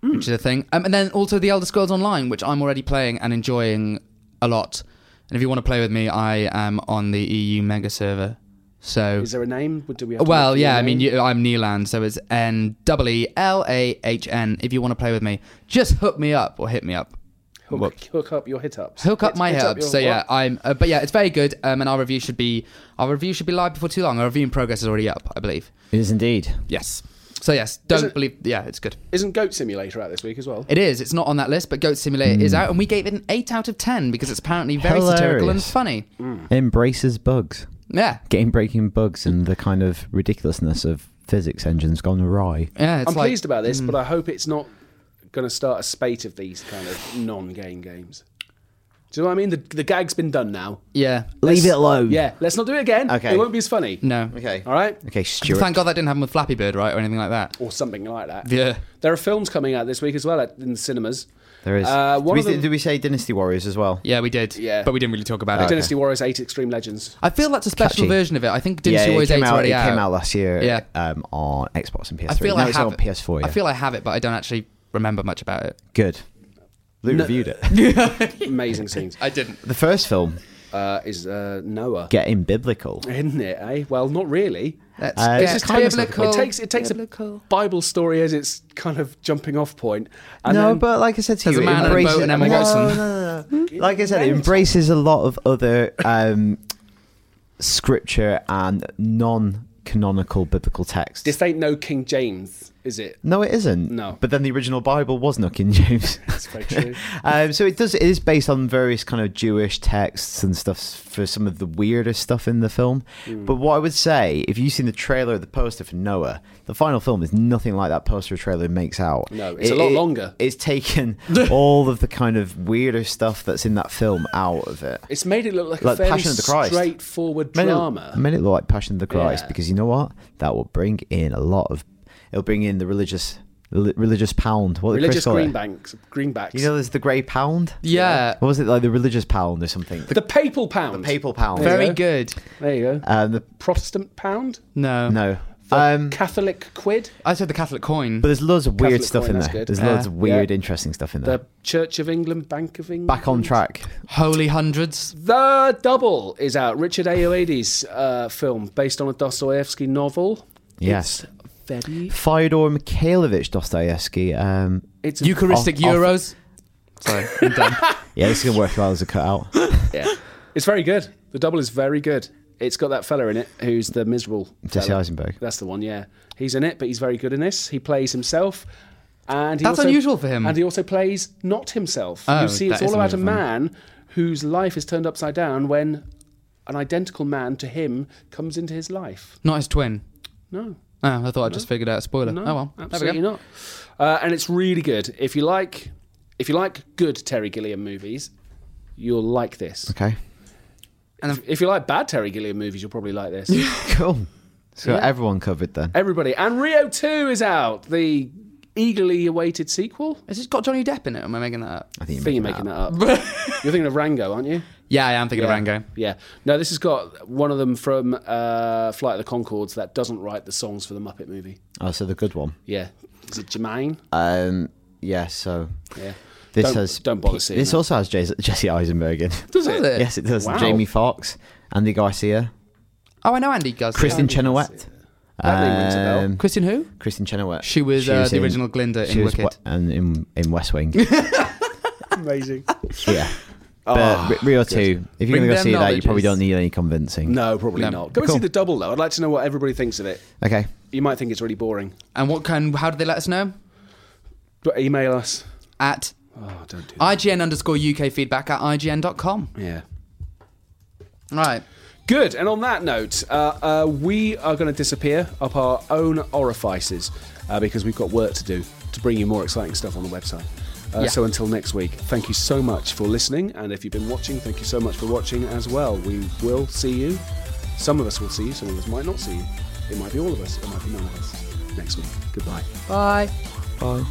Speaker 3: which is a thing. Um, and then also The Elder Scrolls Online, which I'm already playing and enjoying a lot. And if you want to play with me, I am on the EU mega server. So
Speaker 1: Is there a name? Do we have to
Speaker 3: Well,
Speaker 1: look for your
Speaker 3: yeah, I
Speaker 1: name?
Speaker 3: mean, you, I'm Neelan, so it's N double E L A H N. If you want to play with me, just hook me up or hit me up.
Speaker 1: hook, hook up your hit ups.
Speaker 3: Hook up
Speaker 1: Hit-
Speaker 3: my
Speaker 1: hit
Speaker 3: hit up.
Speaker 1: your-
Speaker 3: So yeah, I'm. Uh, but yeah, it's very good. Um, and our review should be our review should be live before too long. Our review in progress is already up, I believe.
Speaker 2: It is indeed.
Speaker 3: Yes. So yes, don't
Speaker 1: it-
Speaker 3: believe. Yeah, it's good.
Speaker 1: Isn't Goat Simulator out this week as well?
Speaker 3: It is. It's not on that list, but Goat Simulator is out, and we gave it an eight out of ten because it's apparently very satirical and
Speaker 2: Hilarious. Mm.
Speaker 3: funny.
Speaker 2: Embraces bugs,
Speaker 3: Yeah.
Speaker 2: game breaking bugs, and the kind of ridiculousness of physics engines gone awry.
Speaker 3: Yeah. It's
Speaker 1: I'm
Speaker 3: like, hmm.
Speaker 1: pleased about this, but I hope it's not going to start a spate of these kind of non-game games. Do you know what I mean? The, the gag's been done now.
Speaker 3: Yeah.
Speaker 2: Leave it alone.
Speaker 1: Yeah, let's not do it again.
Speaker 2: Okay.
Speaker 1: It won't be as funny.
Speaker 3: No.
Speaker 2: Okay.
Speaker 1: All right?
Speaker 2: Okay, Stuart.
Speaker 3: Thank God that didn't happen with Flappy Bird, right, or anything like that.
Speaker 1: Or something like that.
Speaker 3: Yeah.
Speaker 1: There are films coming out this week as well at, in the cinemas.
Speaker 2: there is.
Speaker 1: Uh,
Speaker 2: did,
Speaker 1: one
Speaker 2: we,
Speaker 1: of them-
Speaker 2: did we say Dynasty Warriors as well?
Speaker 3: Yeah, we did.
Speaker 1: Yeah.
Speaker 3: But we didn't really talk about it.
Speaker 1: Dynasty Warriors 8 Extreme Legends.
Speaker 3: I feel that's a special
Speaker 2: Catchy.
Speaker 3: version of it. I think Dynasty
Speaker 2: it
Speaker 3: Warriors
Speaker 2: came
Speaker 3: 8 's
Speaker 2: out,
Speaker 3: already
Speaker 2: it came
Speaker 3: out.
Speaker 2: out last year
Speaker 3: Yeah.
Speaker 2: um, on Xbox and PS3.
Speaker 3: I feel
Speaker 2: no,
Speaker 3: I
Speaker 2: it's
Speaker 3: have
Speaker 2: on
Speaker 3: it.
Speaker 2: PS4. Yeah.
Speaker 3: I feel I have it, but I don't actually remember much about it.
Speaker 2: Good. Luke reviewed it.
Speaker 1: Amazing scenes.
Speaker 3: I didn't.
Speaker 2: The first film,
Speaker 1: Uh, is uh, Noah.
Speaker 2: Getting Biblical.
Speaker 1: Isn't it, eh? Well, not really.
Speaker 3: That's
Speaker 2: Uh,
Speaker 3: it's
Speaker 2: It's
Speaker 1: just
Speaker 3: just
Speaker 1: kind of-
Speaker 3: biblical.
Speaker 1: It takes, it takes a
Speaker 3: biblical.
Speaker 1: Bible story as its kind of jumping off point. And
Speaker 2: no,
Speaker 1: then-
Speaker 2: but like I said to
Speaker 3: There's
Speaker 2: you,
Speaker 3: a man in a
Speaker 2: embraces-
Speaker 3: boat and Emma
Speaker 2: no,
Speaker 3: Watson. Hmm?
Speaker 2: no, no, no. Like I said, it
Speaker 1: Mental.
Speaker 2: embraces a lot of other um, scripture and non-canonical biblical texts.
Speaker 1: This ain't no King James, is it?
Speaker 2: no, it isn't.
Speaker 1: No.
Speaker 2: but then the original Bible was not King James.
Speaker 1: That's very true.
Speaker 2: Um, so it does. It is based on various kind of Jewish texts and stuff for some of the weirdest stuff in the film.
Speaker 1: Mm.
Speaker 2: But what I would say, if you've seen the trailer, or the poster for Noah, the final film is nothing like that poster or trailer makes out.
Speaker 1: No, it's a lot longer.
Speaker 2: It's taken all of the kind of weirder stuff that's in that film out of it.
Speaker 1: It's made it look like, a
Speaker 2: Like
Speaker 1: fairly
Speaker 2: Passion of the Christ.
Speaker 1: straightforward
Speaker 2: Made it-
Speaker 1: drama.
Speaker 2: Made it, look like Passion of the Christ
Speaker 1: Yeah.
Speaker 2: because you know what? That will bring in a lot of. It'll bring in the religious Rel- religious pound. What did
Speaker 1: Religious
Speaker 2: Chris call it?
Speaker 1: greenbacks. Greenbacks.
Speaker 2: You know, there's the grey pound.
Speaker 3: Yeah.
Speaker 2: What was it like? The religious pound or something?
Speaker 1: the papal pound.
Speaker 2: The papal pound.
Speaker 1: There you
Speaker 3: Very
Speaker 1: go.
Speaker 3: good.
Speaker 1: There you go.
Speaker 2: Um, the,
Speaker 1: Protestant pound.
Speaker 3: No.
Speaker 2: no. Um,
Speaker 1: Catholic quid.
Speaker 3: I said the Catholic coin.
Speaker 2: but there's loads of weird
Speaker 1: Catholic
Speaker 2: stuff
Speaker 1: coin,
Speaker 2: in
Speaker 1: that's
Speaker 2: there.
Speaker 1: good.
Speaker 2: There's
Speaker 3: Yeah.
Speaker 2: loads of weird,
Speaker 1: Yeah.
Speaker 2: interesting stuff in there.
Speaker 1: The Church of England. Bank of England.
Speaker 2: Back on track.
Speaker 3: Holy hundreds.
Speaker 1: The Double is out. Richard Ayoade's uh, film based on a Dostoevsky novel.
Speaker 2: Yes.
Speaker 1: It's very.
Speaker 2: Fyodor Mikhailovich Dostoevsky. Um,
Speaker 1: It's
Speaker 3: Eucharistic
Speaker 2: Off- off-
Speaker 3: Euros. Sorry, I'm done.
Speaker 2: yeah, this is gonna work well as a cutout.
Speaker 1: yeah. It's very good. The Double is very good. It's got that fella in it who's the miserable.
Speaker 2: Jesse
Speaker 1: fella.
Speaker 2: Eisenberg.
Speaker 1: That's the one. Yeah, he's in it, but he's very good in this. He plays himself, and he
Speaker 3: That's
Speaker 1: also-
Speaker 3: unusual for him.
Speaker 1: And he also plays not himself.
Speaker 3: Oh,
Speaker 1: you see,
Speaker 3: that
Speaker 1: it's
Speaker 3: is
Speaker 1: all about a
Speaker 3: unusual for him.
Speaker 1: man whose life is turned upside down when an identical man to him comes into his life.
Speaker 3: Not his twin.
Speaker 1: No,
Speaker 3: Oh, I thought I just figured out a spoiler.
Speaker 1: no,
Speaker 3: oh well, there we
Speaker 1: absolutely
Speaker 3: go.
Speaker 1: not. Uh, and it's really good. If you like, if you like good Terry Gilliam movies, you'll like this.
Speaker 2: Okay.
Speaker 1: And if, if you like bad Terry Gilliam movies, you'll probably like this.
Speaker 2: Cool. So everyone covered then.
Speaker 1: Everybody. And Rio 2 is out, the eagerly awaited sequel.
Speaker 3: Has it got Johnny Depp in it? or Am I making that up?
Speaker 2: I think
Speaker 1: I
Speaker 2: you're
Speaker 1: think you're
Speaker 2: making
Speaker 1: making
Speaker 2: that.
Speaker 1: that up. You're thinking of Rango, aren't you?
Speaker 3: Yeah, I am thinking
Speaker 1: Yeah.
Speaker 3: of Rango.
Speaker 1: Yeah. No, this has got one of them from uh, Flight of the Concords that doesn't write the songs for the Muppet movie.
Speaker 2: Oh, so the good one.
Speaker 1: Yeah. Is it Jermaine?
Speaker 2: Um, yeah. So
Speaker 1: Yeah.
Speaker 2: this
Speaker 1: Don't-
Speaker 2: has
Speaker 1: don't bother seeing
Speaker 2: This
Speaker 1: that.
Speaker 2: also has Jas- Jesse Eisenberg in.
Speaker 1: Does it?
Speaker 3: Does it?
Speaker 2: yes, it does.
Speaker 1: Wow.
Speaker 2: Jamie Foxx, Andy Garcia,
Speaker 3: Oh, I know Andy does.
Speaker 2: Kristen
Speaker 1: Andy
Speaker 2: Chenoweth.
Speaker 1: Garcia. That name rings a bell.
Speaker 2: Um,
Speaker 3: Kristen who?
Speaker 2: Kristen Chenoweth.
Speaker 3: She was, uh, the
Speaker 2: in-
Speaker 3: original Glinda
Speaker 2: she
Speaker 3: in
Speaker 2: was
Speaker 3: Wicked.
Speaker 2: wa- and in in West Wing.
Speaker 1: Amazing.
Speaker 2: yeah.
Speaker 1: Ah,
Speaker 2: But R- Rio Two, if you're
Speaker 3: Bring
Speaker 2: gonna go
Speaker 3: them
Speaker 2: see that, you probably
Speaker 3: knowledges.
Speaker 2: don't need any convincing.
Speaker 1: No, probably
Speaker 3: No.
Speaker 1: not. Go and
Speaker 2: Cool.
Speaker 1: see the double, though. I'd like to know what everybody thinks of it.
Speaker 2: Okay.
Speaker 1: You might think it's really boring.
Speaker 3: And what kind? How do they let us know?
Speaker 1: But email us.
Speaker 3: At
Speaker 1: Oh, don't do that.
Speaker 3: IGN underscore UK feedback at IGN.com.
Speaker 1: yeah.
Speaker 3: Right.
Speaker 1: Good. And on that note, uh, uh, we are going to disappear up our own orifices uh, because we've got work to do to bring you more exciting stuff on the website. Uh,
Speaker 3: Yeah.
Speaker 1: So until next week, thank you so much for listening. And if you've been watching, thank you so much for watching as well. We will see you. Some of us will see you, some of us might not see you. It might be all of us, it might be none of us. Next week. Goodbye.
Speaker 3: Bye.
Speaker 2: Bye.